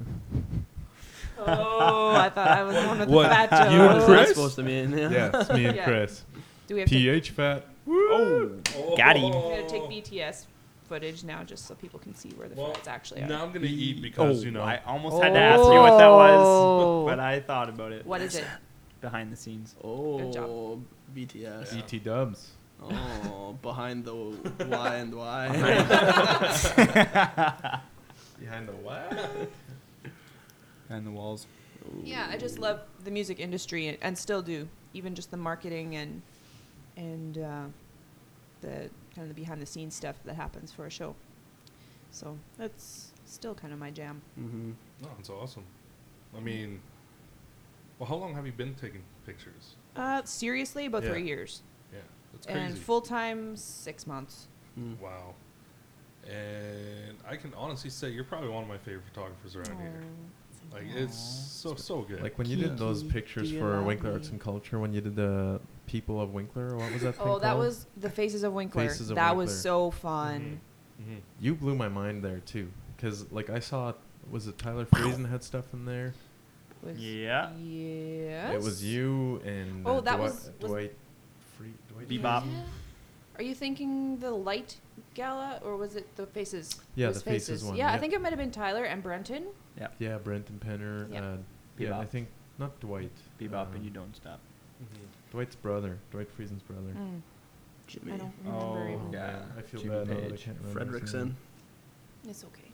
[SPEAKER 5] Oh, I thought I was the one with
[SPEAKER 4] What,
[SPEAKER 5] the fat
[SPEAKER 3] you and
[SPEAKER 5] joke.
[SPEAKER 2] That's what
[SPEAKER 3] Chris?
[SPEAKER 2] it's supposed to mean. Yeah.
[SPEAKER 3] it's me and
[SPEAKER 5] Yeah.
[SPEAKER 3] Chris.
[SPEAKER 5] Do we have to,
[SPEAKER 3] PH fat.
[SPEAKER 1] Oh, got him.
[SPEAKER 5] we gotta take BTS footage now just so people can see where the
[SPEAKER 4] Well,
[SPEAKER 5] fries actually are?
[SPEAKER 4] Now I'm gonna eat because you know.
[SPEAKER 1] Oh, I almost had to ask you what that was, but I thought about it
[SPEAKER 5] Oh. What is it?
[SPEAKER 1] behind the scenes.
[SPEAKER 2] Oh,
[SPEAKER 5] Good job.
[SPEAKER 2] BTS.
[SPEAKER 4] Yeah.
[SPEAKER 3] ET E dubs.
[SPEAKER 2] Oh, behind the Y and Y.
[SPEAKER 3] Behind the what?
[SPEAKER 1] And the walls.
[SPEAKER 5] Yeah, I just love the music industry and, and still do, even just the marketing and and uh, the kind of the behind the scenes stuff that happens for a show. So that's still kind of my jam.
[SPEAKER 2] mm-hmm.
[SPEAKER 4] No, it's awesome. I mean, well, how long have you been taking pictures?
[SPEAKER 5] Uh, seriously, about
[SPEAKER 4] Yeah.
[SPEAKER 5] three years
[SPEAKER 4] Yeah, that's crazy.
[SPEAKER 5] and full time six months.
[SPEAKER 2] Mm.
[SPEAKER 4] wow. And I can honestly say you're probably one of my favorite photographers around here.
[SPEAKER 5] Oh,
[SPEAKER 4] Like it's so so good.
[SPEAKER 3] Like when you did those
[SPEAKER 2] Kiki,
[SPEAKER 3] pictures
[SPEAKER 2] do you
[SPEAKER 3] for
[SPEAKER 5] E.
[SPEAKER 2] love
[SPEAKER 3] Winkler
[SPEAKER 2] me?
[SPEAKER 3] Arts and Culture, when you did the People of Winkler, or what was that thing
[SPEAKER 5] Oh, that
[SPEAKER 3] called?
[SPEAKER 5] was the faces of Winkler.
[SPEAKER 3] Faces of
[SPEAKER 5] that was
[SPEAKER 3] Winkler.
[SPEAKER 5] so fun.
[SPEAKER 4] Mhm.
[SPEAKER 3] You blew my mind there too, because like I saw, was it Tyler Friesen had stuff in there?
[SPEAKER 5] Was-
[SPEAKER 1] Mm-hmm. Yeah.
[SPEAKER 5] Yes.
[SPEAKER 3] It was you and
[SPEAKER 5] Oh,
[SPEAKER 3] uh,
[SPEAKER 5] that
[SPEAKER 3] Dwi-
[SPEAKER 5] was- was-
[SPEAKER 3] Dwight. Free, Dwight
[SPEAKER 1] Bebop.
[SPEAKER 5] Yeah. Are you thinking the light gala or was it the faces?
[SPEAKER 3] Yeah,
[SPEAKER 5] It was
[SPEAKER 3] the Faces one,
[SPEAKER 5] Yeah, I
[SPEAKER 3] yep.
[SPEAKER 5] think it might have been Tyler and Brenton.
[SPEAKER 3] Yeah, Brenton Penner.
[SPEAKER 5] Yeah.
[SPEAKER 3] Uh, yeah, I
[SPEAKER 1] Bebop.
[SPEAKER 3] think not Dwight.
[SPEAKER 1] Bebop
[SPEAKER 3] um,
[SPEAKER 1] and you don't stop.
[SPEAKER 4] Mm-hmm.
[SPEAKER 3] Dwight's brother, Dwight Friesen's brother.
[SPEAKER 5] Mm,
[SPEAKER 2] Jimmy.
[SPEAKER 5] I don't remember.
[SPEAKER 1] Oh.
[SPEAKER 5] even.
[SPEAKER 2] Yeah.
[SPEAKER 3] man, I feel
[SPEAKER 1] Jimmy
[SPEAKER 3] bad. now that I
[SPEAKER 1] Page.
[SPEAKER 3] can't remember his
[SPEAKER 2] Fredrickson.
[SPEAKER 3] name.
[SPEAKER 5] It's okay.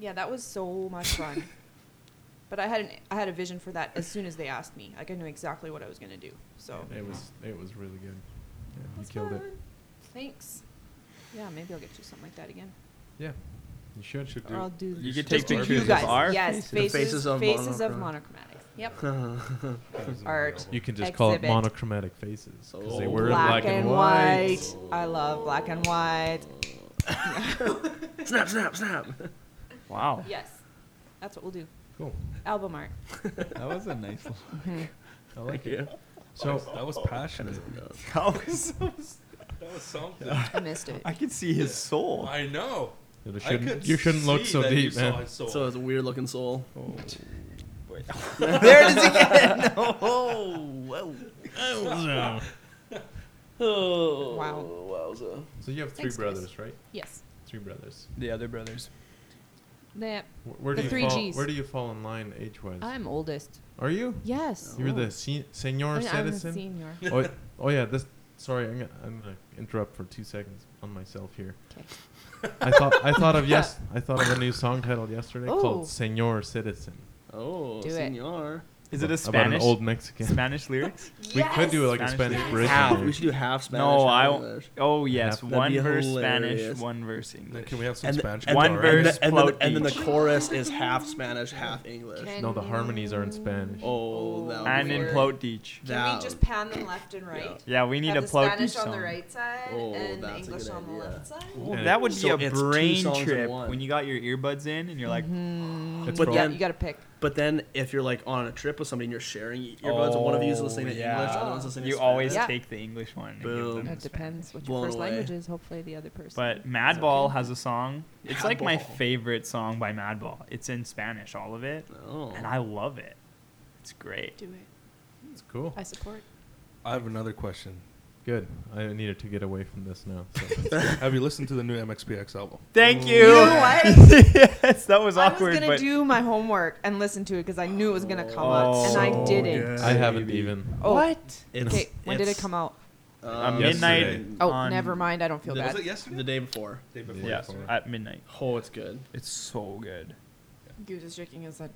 [SPEAKER 5] Yeah, that was so much fun. but I had an, I had a vision for that as soon as they asked me. Like I knew exactly what I was gonna do. So
[SPEAKER 3] Yeah, it was it was really good. Yeah, you
[SPEAKER 5] That's
[SPEAKER 3] killed it.
[SPEAKER 5] fun. Thanks. Yeah, maybe I'll get you something like that again.
[SPEAKER 3] Yeah, you should.
[SPEAKER 4] Should
[SPEAKER 5] Or I'll
[SPEAKER 4] do.
[SPEAKER 5] do
[SPEAKER 1] You
[SPEAKER 4] should
[SPEAKER 1] could
[SPEAKER 4] do
[SPEAKER 1] take pictures
[SPEAKER 4] faces.
[SPEAKER 5] you guys.
[SPEAKER 1] of our
[SPEAKER 5] yes,
[SPEAKER 2] faces.
[SPEAKER 5] faces,
[SPEAKER 2] The faces
[SPEAKER 5] faces
[SPEAKER 2] of
[SPEAKER 5] of,
[SPEAKER 2] monochromatic.
[SPEAKER 5] monochromatic. Yep. Art.
[SPEAKER 4] Art.
[SPEAKER 3] You can just call it
[SPEAKER 5] Exhibit.
[SPEAKER 3] monochromatic faces because they
[SPEAKER 4] Oh.
[SPEAKER 3] were black
[SPEAKER 5] black, and white. I love black and white.
[SPEAKER 2] snap, snap, snap.
[SPEAKER 1] Wow,
[SPEAKER 5] Yes, that's what we'll do.
[SPEAKER 3] Cool.
[SPEAKER 5] Album art.
[SPEAKER 6] That was a nice one.
[SPEAKER 3] I like it.
[SPEAKER 2] Yeah.
[SPEAKER 3] So
[SPEAKER 4] that was passionate.
[SPEAKER 1] that was so,
[SPEAKER 4] That was something.
[SPEAKER 5] I missed it.
[SPEAKER 1] I could see his soul.
[SPEAKER 4] I know.
[SPEAKER 3] it
[SPEAKER 4] I
[SPEAKER 3] shouldn't,
[SPEAKER 4] could
[SPEAKER 3] you shouldn't look
[SPEAKER 4] see
[SPEAKER 3] so
[SPEAKER 4] that you
[SPEAKER 3] deep,
[SPEAKER 4] saw
[SPEAKER 3] man.
[SPEAKER 4] his soul.
[SPEAKER 2] So it's a weird looking soul.
[SPEAKER 1] there it is again.
[SPEAKER 2] Oh.
[SPEAKER 5] Wow.
[SPEAKER 2] Wowza.
[SPEAKER 3] So you have three
[SPEAKER 5] Thanks, guys.
[SPEAKER 3] brothers, right?
[SPEAKER 5] Yes.
[SPEAKER 3] Three brothers.
[SPEAKER 6] The other brothers.
[SPEAKER 5] Nah,
[SPEAKER 3] Wh- Where
[SPEAKER 5] The
[SPEAKER 3] do you
[SPEAKER 5] three
[SPEAKER 3] fall?
[SPEAKER 5] Gs.
[SPEAKER 3] Where do you fall in line age-wise?
[SPEAKER 5] I'm oldest.
[SPEAKER 3] Are you?
[SPEAKER 5] Yes. Oh.
[SPEAKER 3] You're the se- senior
[SPEAKER 5] I mean, I'm the
[SPEAKER 3] citizen.
[SPEAKER 5] senior.
[SPEAKER 3] oh, oh yeah, this. Sorry, I'm gonna, I'm gonna interrupt for two seconds on myself here.
[SPEAKER 5] 'Kay.
[SPEAKER 3] I thought I thought of yes. I thought of a new song title yesterday
[SPEAKER 5] Oh.
[SPEAKER 3] called "Senor Citizen."
[SPEAKER 2] Oh,
[SPEAKER 5] Do it.
[SPEAKER 2] senor.
[SPEAKER 1] Is it a
[SPEAKER 3] about an
[SPEAKER 1] Spanish
[SPEAKER 3] old Mexican?
[SPEAKER 1] Spanish lyrics?
[SPEAKER 3] We could do like a
[SPEAKER 1] Spanish
[SPEAKER 3] Spanish
[SPEAKER 1] lyrics.
[SPEAKER 3] bridge.
[SPEAKER 1] How?
[SPEAKER 3] in
[SPEAKER 2] We
[SPEAKER 3] there.
[SPEAKER 2] should do half Spanish.
[SPEAKER 1] No, I
[SPEAKER 2] half
[SPEAKER 1] won't-
[SPEAKER 2] English.
[SPEAKER 1] Oh yes,
[SPEAKER 3] That'd
[SPEAKER 1] one
[SPEAKER 2] be
[SPEAKER 1] verse
[SPEAKER 2] hilarious.
[SPEAKER 1] Spanish, one verse English.
[SPEAKER 4] Then can we have some
[SPEAKER 2] And the-
[SPEAKER 4] Spanish?
[SPEAKER 1] one
[SPEAKER 4] guitar?
[SPEAKER 1] verse-
[SPEAKER 2] And, the, and, then the,
[SPEAKER 1] float
[SPEAKER 2] and then the
[SPEAKER 1] beach.
[SPEAKER 2] chorus is half Spanish, half English.
[SPEAKER 5] Can
[SPEAKER 3] No, the harmonies are in Spanish.
[SPEAKER 2] Oh, that would
[SPEAKER 1] and
[SPEAKER 2] be
[SPEAKER 1] in
[SPEAKER 2] weird.
[SPEAKER 1] Plot Deach.
[SPEAKER 5] Can
[SPEAKER 2] That
[SPEAKER 5] we just
[SPEAKER 2] would-
[SPEAKER 5] pan them left and right?
[SPEAKER 1] Yeah, we need
[SPEAKER 5] Have
[SPEAKER 1] a
[SPEAKER 5] the
[SPEAKER 1] Plot Deach
[SPEAKER 5] Spanish
[SPEAKER 1] song.
[SPEAKER 5] on the right side
[SPEAKER 2] Oh,
[SPEAKER 5] and
[SPEAKER 2] that's a
[SPEAKER 5] English
[SPEAKER 2] good
[SPEAKER 5] on the
[SPEAKER 2] idea.
[SPEAKER 5] left side.
[SPEAKER 1] Well,
[SPEAKER 3] And
[SPEAKER 1] that would be
[SPEAKER 2] So
[SPEAKER 1] a
[SPEAKER 2] it's two
[SPEAKER 1] brain
[SPEAKER 2] songs in
[SPEAKER 1] trip
[SPEAKER 2] one.
[SPEAKER 1] when you got your earbuds in and you're like,
[SPEAKER 3] It's
[SPEAKER 2] But
[SPEAKER 3] prob-
[SPEAKER 5] Mm-hmm. Yeah,
[SPEAKER 2] then-
[SPEAKER 5] you got to pick.
[SPEAKER 2] But then if you're like on a trip with somebody and you're sharing earbuds, and one of you is
[SPEAKER 1] Oh,
[SPEAKER 2] listening to
[SPEAKER 1] yeah.
[SPEAKER 2] English, the other one's listening
[SPEAKER 1] you
[SPEAKER 2] to
[SPEAKER 1] always
[SPEAKER 2] Spanish.
[SPEAKER 5] Yeah.
[SPEAKER 1] take the English one. and give
[SPEAKER 2] Mm-hmm. Boom.
[SPEAKER 1] them
[SPEAKER 5] It
[SPEAKER 1] the
[SPEAKER 5] depends what your
[SPEAKER 2] Blown
[SPEAKER 5] first
[SPEAKER 2] away.
[SPEAKER 5] language is. Hopefully, the other person.
[SPEAKER 1] But
[SPEAKER 5] is
[SPEAKER 1] Madball
[SPEAKER 5] okay.
[SPEAKER 1] has a song. It's like my
[SPEAKER 2] Madball.
[SPEAKER 1] favorite song by Madball. It's in Spanish, all of it,
[SPEAKER 2] Oh.
[SPEAKER 1] and I love it. It's great.
[SPEAKER 5] Do it.
[SPEAKER 3] It's cool.
[SPEAKER 5] I support.
[SPEAKER 4] I have another question.
[SPEAKER 3] Good. I needed to get away from this now. So.
[SPEAKER 4] Have you listened to the new MXPX album?
[SPEAKER 1] Thank you.
[SPEAKER 5] You know what?
[SPEAKER 1] yes, that was
[SPEAKER 5] I
[SPEAKER 1] awkward.
[SPEAKER 5] was gonna
[SPEAKER 1] but
[SPEAKER 5] do my homework and listen to it because I knew it was gonna come up, and
[SPEAKER 1] Oh,
[SPEAKER 5] I didn't.
[SPEAKER 2] yeah.
[SPEAKER 3] I haven't
[SPEAKER 1] Baby.
[SPEAKER 3] even.
[SPEAKER 5] Oh,
[SPEAKER 1] what?
[SPEAKER 2] It's-
[SPEAKER 5] Okay, when did it
[SPEAKER 2] it's,
[SPEAKER 5] come out?
[SPEAKER 2] um,
[SPEAKER 1] midnight.
[SPEAKER 4] yesterday.
[SPEAKER 5] Oh,
[SPEAKER 1] on-
[SPEAKER 5] never mind. I don't feel
[SPEAKER 2] The-
[SPEAKER 5] bad.
[SPEAKER 4] Was it yesterday?
[SPEAKER 2] The day before.
[SPEAKER 4] Day before
[SPEAKER 1] Yeah,
[SPEAKER 4] yesterday.
[SPEAKER 1] at midnight.
[SPEAKER 2] Oh, it's good.
[SPEAKER 1] It's so good.
[SPEAKER 5] Goose is shaking his head.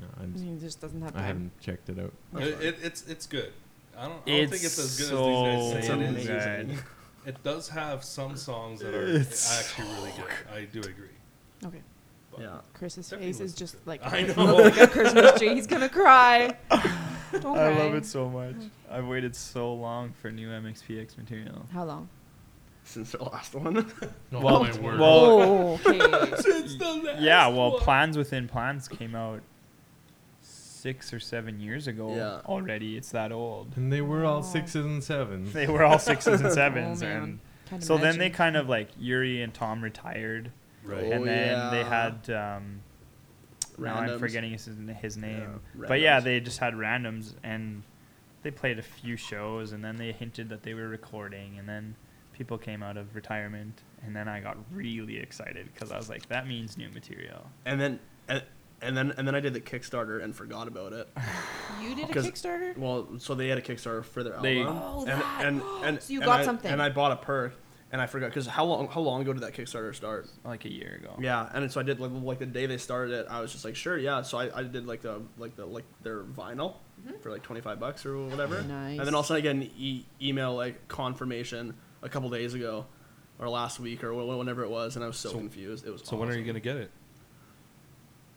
[SPEAKER 3] No, I'm,
[SPEAKER 5] He just doesn't have
[SPEAKER 3] I
[SPEAKER 5] time.
[SPEAKER 3] haven't checked it out.
[SPEAKER 4] It, it, it's it's good. I don't, I don't
[SPEAKER 1] It's
[SPEAKER 4] think it's as good
[SPEAKER 1] so
[SPEAKER 4] as these guys
[SPEAKER 2] It's
[SPEAKER 4] say
[SPEAKER 1] good.
[SPEAKER 4] it is.
[SPEAKER 2] amazing.
[SPEAKER 4] It does have some songs that are
[SPEAKER 1] It's
[SPEAKER 4] actually really good. I do agree.
[SPEAKER 5] Okay,
[SPEAKER 4] But
[SPEAKER 2] Yeah.
[SPEAKER 5] Chris's
[SPEAKER 4] Definitely
[SPEAKER 5] face is
[SPEAKER 4] listen
[SPEAKER 5] just
[SPEAKER 4] to it.
[SPEAKER 5] like
[SPEAKER 4] I
[SPEAKER 5] it
[SPEAKER 4] know.
[SPEAKER 5] looks like a Christmas tree. He's gonna cry. Don't
[SPEAKER 1] I love
[SPEAKER 5] cry.
[SPEAKER 1] it so much. I've waited so long for new MXPX material.
[SPEAKER 5] How long?
[SPEAKER 2] Since the last one.
[SPEAKER 3] Oh,
[SPEAKER 1] Well,
[SPEAKER 3] my word.
[SPEAKER 1] well-
[SPEAKER 5] Oh, okay.
[SPEAKER 4] Since the last
[SPEAKER 1] Yeah, well,
[SPEAKER 4] one.
[SPEAKER 1] Plans Within Plans came out six or seven years ago
[SPEAKER 2] Yeah.
[SPEAKER 1] already. It's that old.
[SPEAKER 3] and they were all
[SPEAKER 5] Oh.
[SPEAKER 3] sixes and sevens.
[SPEAKER 1] They were all sixes and sevens,
[SPEAKER 5] Oh, man.
[SPEAKER 1] and
[SPEAKER 5] Can't
[SPEAKER 1] so then they
[SPEAKER 5] imagine.
[SPEAKER 1] kind of like Yuri and Tom retired,
[SPEAKER 4] Right.
[SPEAKER 2] Oh,
[SPEAKER 1] and then they
[SPEAKER 2] yeah.
[SPEAKER 1] had um, now I'm
[SPEAKER 2] Randoms.
[SPEAKER 1] forgetting his, his name,
[SPEAKER 2] Yeah,
[SPEAKER 1] but yeah,
[SPEAKER 2] randoms.
[SPEAKER 1] they just had randoms, and they played a few shows, and then they hinted that they were recording, and then people came out of retirement, and then I got really excited because I was like, that means new material.
[SPEAKER 2] And then and, and then and then I did the Kickstarter and forgot about it.
[SPEAKER 5] You did a
[SPEAKER 2] 'Cause-
[SPEAKER 5] Kickstarter?
[SPEAKER 2] Well, so they had a Kickstarter for their
[SPEAKER 1] They-
[SPEAKER 2] album.
[SPEAKER 5] Oh,
[SPEAKER 2] and,
[SPEAKER 5] that-
[SPEAKER 2] and, and
[SPEAKER 5] So you
[SPEAKER 2] and
[SPEAKER 5] got
[SPEAKER 2] I-
[SPEAKER 5] something.
[SPEAKER 2] And I bought a perk, and I forgot because how long how long ago did that Kickstarter start?
[SPEAKER 1] Like a year ago.
[SPEAKER 2] Yeah, and so I did like like the day they started it, I was just like, sure, yeah. So I, I did like the like the like their vinyl for like twenty five bucks or
[SPEAKER 1] Mm-hmm.
[SPEAKER 2] whatever.
[SPEAKER 5] Nice.
[SPEAKER 2] And then also I get an e- email like confirmation a couple days ago, or last week or wh- whenever it was, and I was so,
[SPEAKER 4] So-
[SPEAKER 2] confused. It was.
[SPEAKER 4] So when are you gonna get it?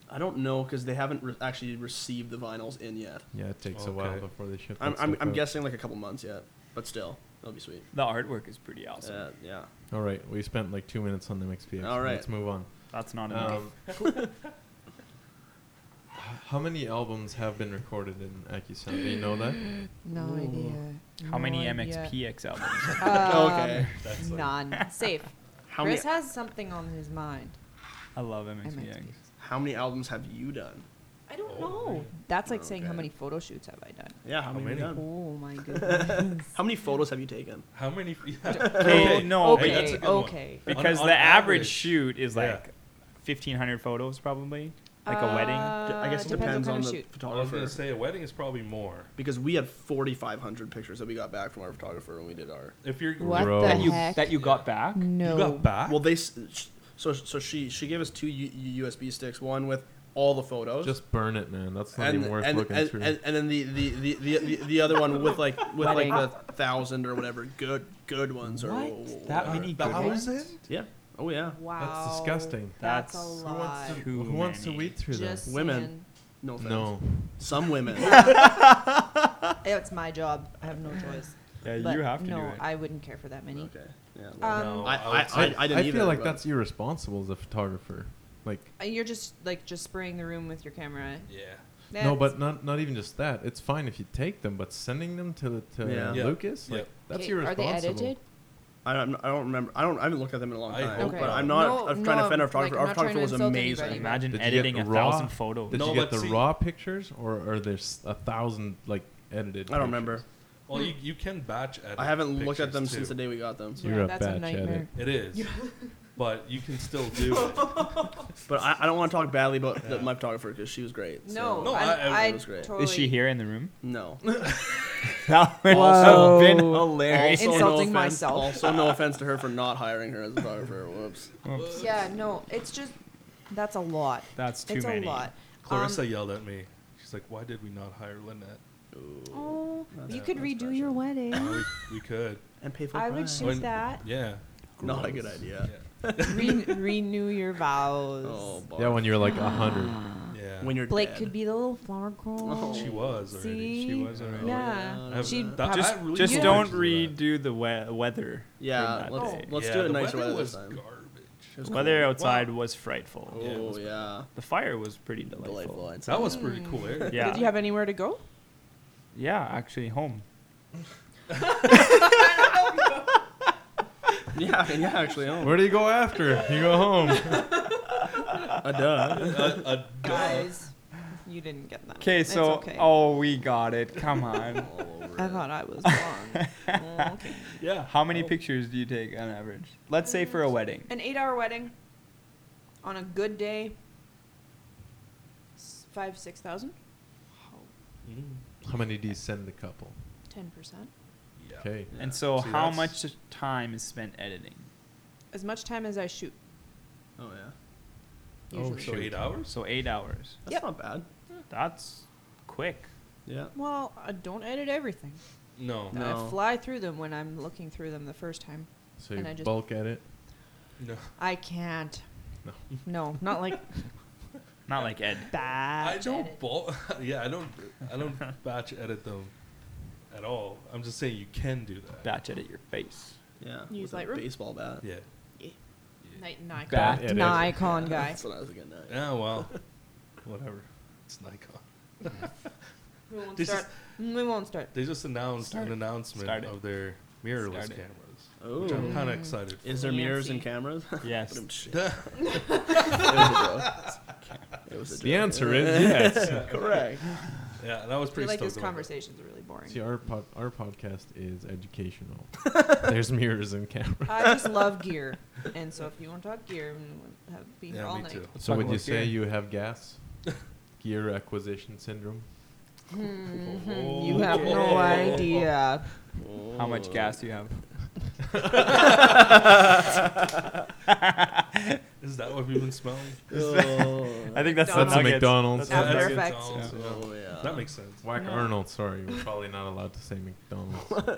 [SPEAKER 2] I don't know because they haven't re- actually received the vinyls in yet.
[SPEAKER 3] Yeah, it takes a
[SPEAKER 4] Okay.
[SPEAKER 3] while before they ship.
[SPEAKER 2] I'm
[SPEAKER 3] that
[SPEAKER 2] I'm,
[SPEAKER 3] stuff
[SPEAKER 2] I'm
[SPEAKER 3] out.
[SPEAKER 2] guessing like a couple months yet, but still, that'll be sweet.
[SPEAKER 1] The artwork is pretty awesome.
[SPEAKER 2] Uh, yeah.
[SPEAKER 3] All right, we spent like two minutes on the MXPX.
[SPEAKER 2] All right.
[SPEAKER 3] let's move on.
[SPEAKER 1] That's not enough.
[SPEAKER 3] Um, h- how many albums have been recorded in AccuSound? Do you know that?
[SPEAKER 5] No
[SPEAKER 2] Ooh.
[SPEAKER 5] idea.
[SPEAKER 1] How many
[SPEAKER 5] No idea.
[SPEAKER 1] MXPX albums?
[SPEAKER 5] Um,
[SPEAKER 2] okay.
[SPEAKER 4] That's like-
[SPEAKER 5] None. Safe.
[SPEAKER 2] How many
[SPEAKER 5] Chris has something on his mind.
[SPEAKER 1] I love MXPX.
[SPEAKER 5] MXPX.
[SPEAKER 2] How many albums have you done?
[SPEAKER 5] I don't
[SPEAKER 4] Oh,
[SPEAKER 5] know.
[SPEAKER 4] okay.
[SPEAKER 5] That's like saying how
[SPEAKER 2] Okay.
[SPEAKER 5] many photo shoots have I done?
[SPEAKER 2] Yeah, how,
[SPEAKER 4] How
[SPEAKER 2] many?
[SPEAKER 4] many?
[SPEAKER 2] have you done?
[SPEAKER 5] Oh my goodness.
[SPEAKER 2] How many photos have you taken?
[SPEAKER 4] How many? Yeah.
[SPEAKER 1] Okay, no,
[SPEAKER 5] okay,
[SPEAKER 4] Oh, Hey, that's a good one.
[SPEAKER 5] okay.
[SPEAKER 1] Because
[SPEAKER 4] on
[SPEAKER 1] the average,
[SPEAKER 4] average.
[SPEAKER 1] shoot is
[SPEAKER 4] Yeah.
[SPEAKER 1] like 1,500 photos, probably. Like a wedding.
[SPEAKER 2] D- I
[SPEAKER 5] Uh,
[SPEAKER 2] guess it
[SPEAKER 5] depends
[SPEAKER 2] depends
[SPEAKER 5] what
[SPEAKER 2] on
[SPEAKER 5] kind
[SPEAKER 2] the
[SPEAKER 5] of shoot.
[SPEAKER 4] I was
[SPEAKER 2] photographer.
[SPEAKER 4] gonna say a wedding is probably more.
[SPEAKER 2] because we had 4,500 pictures that we got back from our photographer when we did our.
[SPEAKER 4] If you're
[SPEAKER 5] What
[SPEAKER 3] Gross.
[SPEAKER 5] the
[SPEAKER 3] That you-
[SPEAKER 5] heck?
[SPEAKER 6] That you got back?
[SPEAKER 5] no.
[SPEAKER 4] you got back,
[SPEAKER 2] Well, they s- sh- so so she she gave us two U- USB sticks, one with all the photos.
[SPEAKER 3] Just burn it, man. That's not
[SPEAKER 2] and,
[SPEAKER 3] even worth
[SPEAKER 2] and,
[SPEAKER 3] looking
[SPEAKER 2] and,
[SPEAKER 3] through.
[SPEAKER 2] and, and then the the, the, the, the the other one with like with like
[SPEAKER 5] Wedding.
[SPEAKER 2] the thousand or whatever good good ones or
[SPEAKER 6] What? That
[SPEAKER 2] whatever.
[SPEAKER 6] many good ones?
[SPEAKER 2] yeah oh yeah
[SPEAKER 5] Wow.
[SPEAKER 3] disgusting.
[SPEAKER 5] That's,
[SPEAKER 1] That's-
[SPEAKER 5] a
[SPEAKER 1] who
[SPEAKER 3] who wants
[SPEAKER 5] lot.
[SPEAKER 3] to,
[SPEAKER 1] Too
[SPEAKER 3] who wants to
[SPEAKER 1] many.
[SPEAKER 3] weed through
[SPEAKER 5] Just
[SPEAKER 2] Women.
[SPEAKER 5] saying.
[SPEAKER 2] no
[SPEAKER 3] that?
[SPEAKER 2] offense.
[SPEAKER 3] No.
[SPEAKER 2] some women
[SPEAKER 5] It's my job. I have no choice.
[SPEAKER 1] Yeah,
[SPEAKER 5] But
[SPEAKER 1] you have to
[SPEAKER 5] no,
[SPEAKER 1] do it.
[SPEAKER 5] I wouldn't care for that many.
[SPEAKER 2] okay yeah well,
[SPEAKER 5] Um,
[SPEAKER 4] No,
[SPEAKER 2] I,
[SPEAKER 4] I
[SPEAKER 2] I,
[SPEAKER 4] would
[SPEAKER 2] I,
[SPEAKER 4] say-
[SPEAKER 2] I didn't
[SPEAKER 3] I
[SPEAKER 2] either,
[SPEAKER 3] feel like
[SPEAKER 2] but-
[SPEAKER 3] that's irresponsible as a photographer. Like
[SPEAKER 5] Uh, You're just like just spraying the room with your camera.
[SPEAKER 4] yeah.
[SPEAKER 3] no,
[SPEAKER 5] That's-
[SPEAKER 3] but not not even just that. It's fine if you take them, but sending them to to
[SPEAKER 2] Yeah.
[SPEAKER 4] Yeah.
[SPEAKER 3] Lucas, like
[SPEAKER 4] Yeah.
[SPEAKER 3] that's
[SPEAKER 5] Okay,
[SPEAKER 3] irresponsible.
[SPEAKER 5] Are they edited?
[SPEAKER 2] I don't, I don't remember. I don't. I haven't looked at them in a long
[SPEAKER 4] I
[SPEAKER 2] time.
[SPEAKER 4] hope
[SPEAKER 2] But
[SPEAKER 4] not.
[SPEAKER 2] I'm not.
[SPEAKER 5] No,
[SPEAKER 2] I'm
[SPEAKER 5] no,
[SPEAKER 2] trying to offend our
[SPEAKER 5] I'm, like,
[SPEAKER 2] photographer.
[SPEAKER 5] I'm
[SPEAKER 2] our
[SPEAKER 5] not trying
[SPEAKER 2] photographer
[SPEAKER 5] to
[SPEAKER 2] was
[SPEAKER 5] insult
[SPEAKER 2] amazing.
[SPEAKER 5] anybody, but-
[SPEAKER 1] Imagine
[SPEAKER 3] Did you get
[SPEAKER 1] editing a
[SPEAKER 3] raw?
[SPEAKER 1] thousand photos.
[SPEAKER 3] Did
[SPEAKER 4] No,
[SPEAKER 3] you get
[SPEAKER 4] but
[SPEAKER 3] the
[SPEAKER 4] see-
[SPEAKER 3] raw pictures, or are there s- a thousand like edited?
[SPEAKER 2] I don't remember.
[SPEAKER 3] pictures?
[SPEAKER 4] Well, you, you can batch edit.
[SPEAKER 2] I haven't looked at
[SPEAKER 4] pictures,
[SPEAKER 2] them
[SPEAKER 4] too.
[SPEAKER 2] since the day we got them.
[SPEAKER 3] So you're a
[SPEAKER 5] that's a
[SPEAKER 3] batch edit.
[SPEAKER 5] nightmare.
[SPEAKER 4] It is, but you can still do it.
[SPEAKER 2] But I, I don't want to talk badly about the,
[SPEAKER 4] Yeah.
[SPEAKER 2] my photographer because she was great.
[SPEAKER 5] No,
[SPEAKER 2] so-
[SPEAKER 4] No,
[SPEAKER 5] I,
[SPEAKER 4] I- I-
[SPEAKER 5] I,
[SPEAKER 2] it was great. Is
[SPEAKER 5] totally
[SPEAKER 1] Is she here in the room?
[SPEAKER 2] No.
[SPEAKER 1] That would
[SPEAKER 2] Also-
[SPEAKER 1] have been hilarious.
[SPEAKER 2] Also, no
[SPEAKER 5] Insulting
[SPEAKER 2] offense,
[SPEAKER 5] myself.
[SPEAKER 2] Also, no offense to her for not hiring her as a photographer. Whoops.
[SPEAKER 1] Oops,
[SPEAKER 5] Yeah, no, it's just that's a lot.
[SPEAKER 1] that's too
[SPEAKER 5] It's
[SPEAKER 1] many.
[SPEAKER 5] a lot.
[SPEAKER 4] Clarissa yelled at me. She's like, "Why did we not hire Lynette?
[SPEAKER 5] Oh,
[SPEAKER 2] That's-
[SPEAKER 5] you could
[SPEAKER 2] that's
[SPEAKER 5] redo
[SPEAKER 2] pressure.
[SPEAKER 5] your wedding.
[SPEAKER 4] Oh, we, we could.
[SPEAKER 2] And pay full
[SPEAKER 5] I would
[SPEAKER 2] price.
[SPEAKER 5] shoot
[SPEAKER 4] When-
[SPEAKER 5] that.
[SPEAKER 4] Yeah.
[SPEAKER 2] Not a good idea.
[SPEAKER 5] Re- renew your vows.
[SPEAKER 2] Oh, boy.
[SPEAKER 3] Yeah, when you're like a hundred.
[SPEAKER 4] Yeah.
[SPEAKER 2] when you're
[SPEAKER 5] Blake
[SPEAKER 2] dead.
[SPEAKER 5] could be the little flower girl.
[SPEAKER 2] Oh.
[SPEAKER 4] she was already.
[SPEAKER 5] See?
[SPEAKER 1] She was already.
[SPEAKER 5] Yeah.
[SPEAKER 4] I have-
[SPEAKER 5] She
[SPEAKER 4] that-
[SPEAKER 5] prob-
[SPEAKER 4] Oh, that
[SPEAKER 1] Just,
[SPEAKER 4] really
[SPEAKER 1] just
[SPEAKER 5] Yeah.
[SPEAKER 1] don't
[SPEAKER 4] bothers me that.
[SPEAKER 1] redo the we- weather.
[SPEAKER 2] Yeah.
[SPEAKER 1] from that
[SPEAKER 2] Let's,
[SPEAKER 1] day.
[SPEAKER 2] let's
[SPEAKER 4] Yeah,
[SPEAKER 2] do it
[SPEAKER 4] the
[SPEAKER 2] nicer
[SPEAKER 4] weather
[SPEAKER 2] weather
[SPEAKER 4] was
[SPEAKER 2] this time.
[SPEAKER 4] garbage.
[SPEAKER 1] The
[SPEAKER 2] It was
[SPEAKER 1] weather
[SPEAKER 2] cold.
[SPEAKER 1] outside was frightful.
[SPEAKER 2] Oh
[SPEAKER 4] Yeah, it was
[SPEAKER 2] yeah.
[SPEAKER 1] The fire was pretty delightful.
[SPEAKER 2] Delightful. I'd say.
[SPEAKER 4] That was pretty cool area.
[SPEAKER 1] Yeah.
[SPEAKER 5] Did you have anywhere to go?
[SPEAKER 1] Yeah, actually, home.
[SPEAKER 2] Yeah. Yeah. Actually. Oh.
[SPEAKER 3] Where do you go after? You go home.
[SPEAKER 2] Uh, duh.
[SPEAKER 4] A- a-
[SPEAKER 5] Guys, you didn't get that.
[SPEAKER 1] Okay,
[SPEAKER 5] It's
[SPEAKER 1] so
[SPEAKER 5] okay.
[SPEAKER 1] oh, we got it. Come on.
[SPEAKER 2] All over
[SPEAKER 5] I
[SPEAKER 2] it.
[SPEAKER 5] thought I was wrong. Oh, okay.
[SPEAKER 4] yeah.
[SPEAKER 1] How many
[SPEAKER 4] Oh.
[SPEAKER 1] pictures do you take on average? Let's say for a
[SPEAKER 5] Mm.
[SPEAKER 1] wedding.
[SPEAKER 5] An eight-hour wedding, on a good day, s- five six thousand.
[SPEAKER 4] Mm.
[SPEAKER 3] How many do you send the couple?
[SPEAKER 5] Ten percent.
[SPEAKER 4] Yeah.
[SPEAKER 3] Okay.
[SPEAKER 2] Yeah.
[SPEAKER 1] And so,
[SPEAKER 4] See,
[SPEAKER 1] how
[SPEAKER 4] that's-
[SPEAKER 1] much time is spent editing?
[SPEAKER 5] As much time as I shoot.
[SPEAKER 2] Oh yeah.
[SPEAKER 3] Oh,
[SPEAKER 5] Usually.
[SPEAKER 4] So eight hours.
[SPEAKER 1] So eight hours.
[SPEAKER 2] That's
[SPEAKER 5] Yep.
[SPEAKER 2] not bad.
[SPEAKER 1] That's quick.
[SPEAKER 2] Yeah.
[SPEAKER 5] Well, I don't edit everything.
[SPEAKER 4] No.
[SPEAKER 2] No.
[SPEAKER 5] I fly through them when I'm looking through them the first time.
[SPEAKER 3] So
[SPEAKER 5] And I
[SPEAKER 3] you
[SPEAKER 5] just-
[SPEAKER 3] bulk edit.
[SPEAKER 4] No.
[SPEAKER 5] I can't.
[SPEAKER 3] No.
[SPEAKER 5] No, not like
[SPEAKER 1] Not like Ed.
[SPEAKER 5] bad.
[SPEAKER 4] I don't ball. yeah, I don't. I don't batch edit them at all. I'm just saying you can do that.
[SPEAKER 1] Batch edit your face.
[SPEAKER 2] Yeah.
[SPEAKER 5] Use
[SPEAKER 2] with a
[SPEAKER 5] Lightroom?
[SPEAKER 2] Baseball bat.
[SPEAKER 4] Yeah.
[SPEAKER 5] Nikon,
[SPEAKER 3] Bad edit.
[SPEAKER 5] Nikon guy.
[SPEAKER 2] That's what I was getting at.
[SPEAKER 4] Yeah. Well. Whatever. It's Nikon.
[SPEAKER 5] We won't
[SPEAKER 4] This is-
[SPEAKER 5] start. We won't start.
[SPEAKER 4] They just announced
[SPEAKER 1] Start it.
[SPEAKER 4] an announcement
[SPEAKER 1] Start it.
[SPEAKER 4] of their mirrorless
[SPEAKER 1] Start it.
[SPEAKER 4] cameras,
[SPEAKER 2] Oh.
[SPEAKER 4] which I'm kind
[SPEAKER 5] Mm.
[SPEAKER 4] of excited. For.
[SPEAKER 2] Is there mirrors and
[SPEAKER 5] Fancy.
[SPEAKER 2] cameras?
[SPEAKER 1] Yes.
[SPEAKER 2] Ba-dum-tsh. it,
[SPEAKER 4] Duh.
[SPEAKER 2] was a joke. It was a
[SPEAKER 3] The
[SPEAKER 2] joke.
[SPEAKER 3] answer is yes.
[SPEAKER 2] correct.
[SPEAKER 4] Yeah, and I was
[SPEAKER 5] I feel
[SPEAKER 4] pretty
[SPEAKER 5] like
[SPEAKER 4] stoked
[SPEAKER 5] this
[SPEAKER 4] about that.
[SPEAKER 5] conversation's really boring.
[SPEAKER 3] See, our pod, our podcast is educational. There's mirrors and cameras.
[SPEAKER 5] I just love gear, and so if you want to talk gear, we have been
[SPEAKER 4] Yeah,
[SPEAKER 5] all
[SPEAKER 4] me
[SPEAKER 5] night.
[SPEAKER 4] too.
[SPEAKER 3] So
[SPEAKER 1] talk
[SPEAKER 3] would you
[SPEAKER 1] about
[SPEAKER 3] say
[SPEAKER 1] gear.
[SPEAKER 3] you have gas? Gear acquisition syndrome.
[SPEAKER 4] Oh.
[SPEAKER 5] Mhm, You have no idea.
[SPEAKER 1] How much
[SPEAKER 3] Oh.
[SPEAKER 1] gas do you have?
[SPEAKER 4] Is that what we've been smelling?
[SPEAKER 2] Oh.
[SPEAKER 1] I think that's
[SPEAKER 5] That's
[SPEAKER 1] the
[SPEAKER 5] a
[SPEAKER 1] nuggets. That's
[SPEAKER 3] McDonald's.
[SPEAKER 1] the
[SPEAKER 5] After
[SPEAKER 1] nuggets.
[SPEAKER 5] effects.
[SPEAKER 4] McDonald's,
[SPEAKER 2] Oh,
[SPEAKER 4] yeah.
[SPEAKER 2] yeah.
[SPEAKER 4] That makes sense.
[SPEAKER 3] Whack
[SPEAKER 5] No.
[SPEAKER 3] Arnold. Sorry, we're probably not allowed to say McDonald's.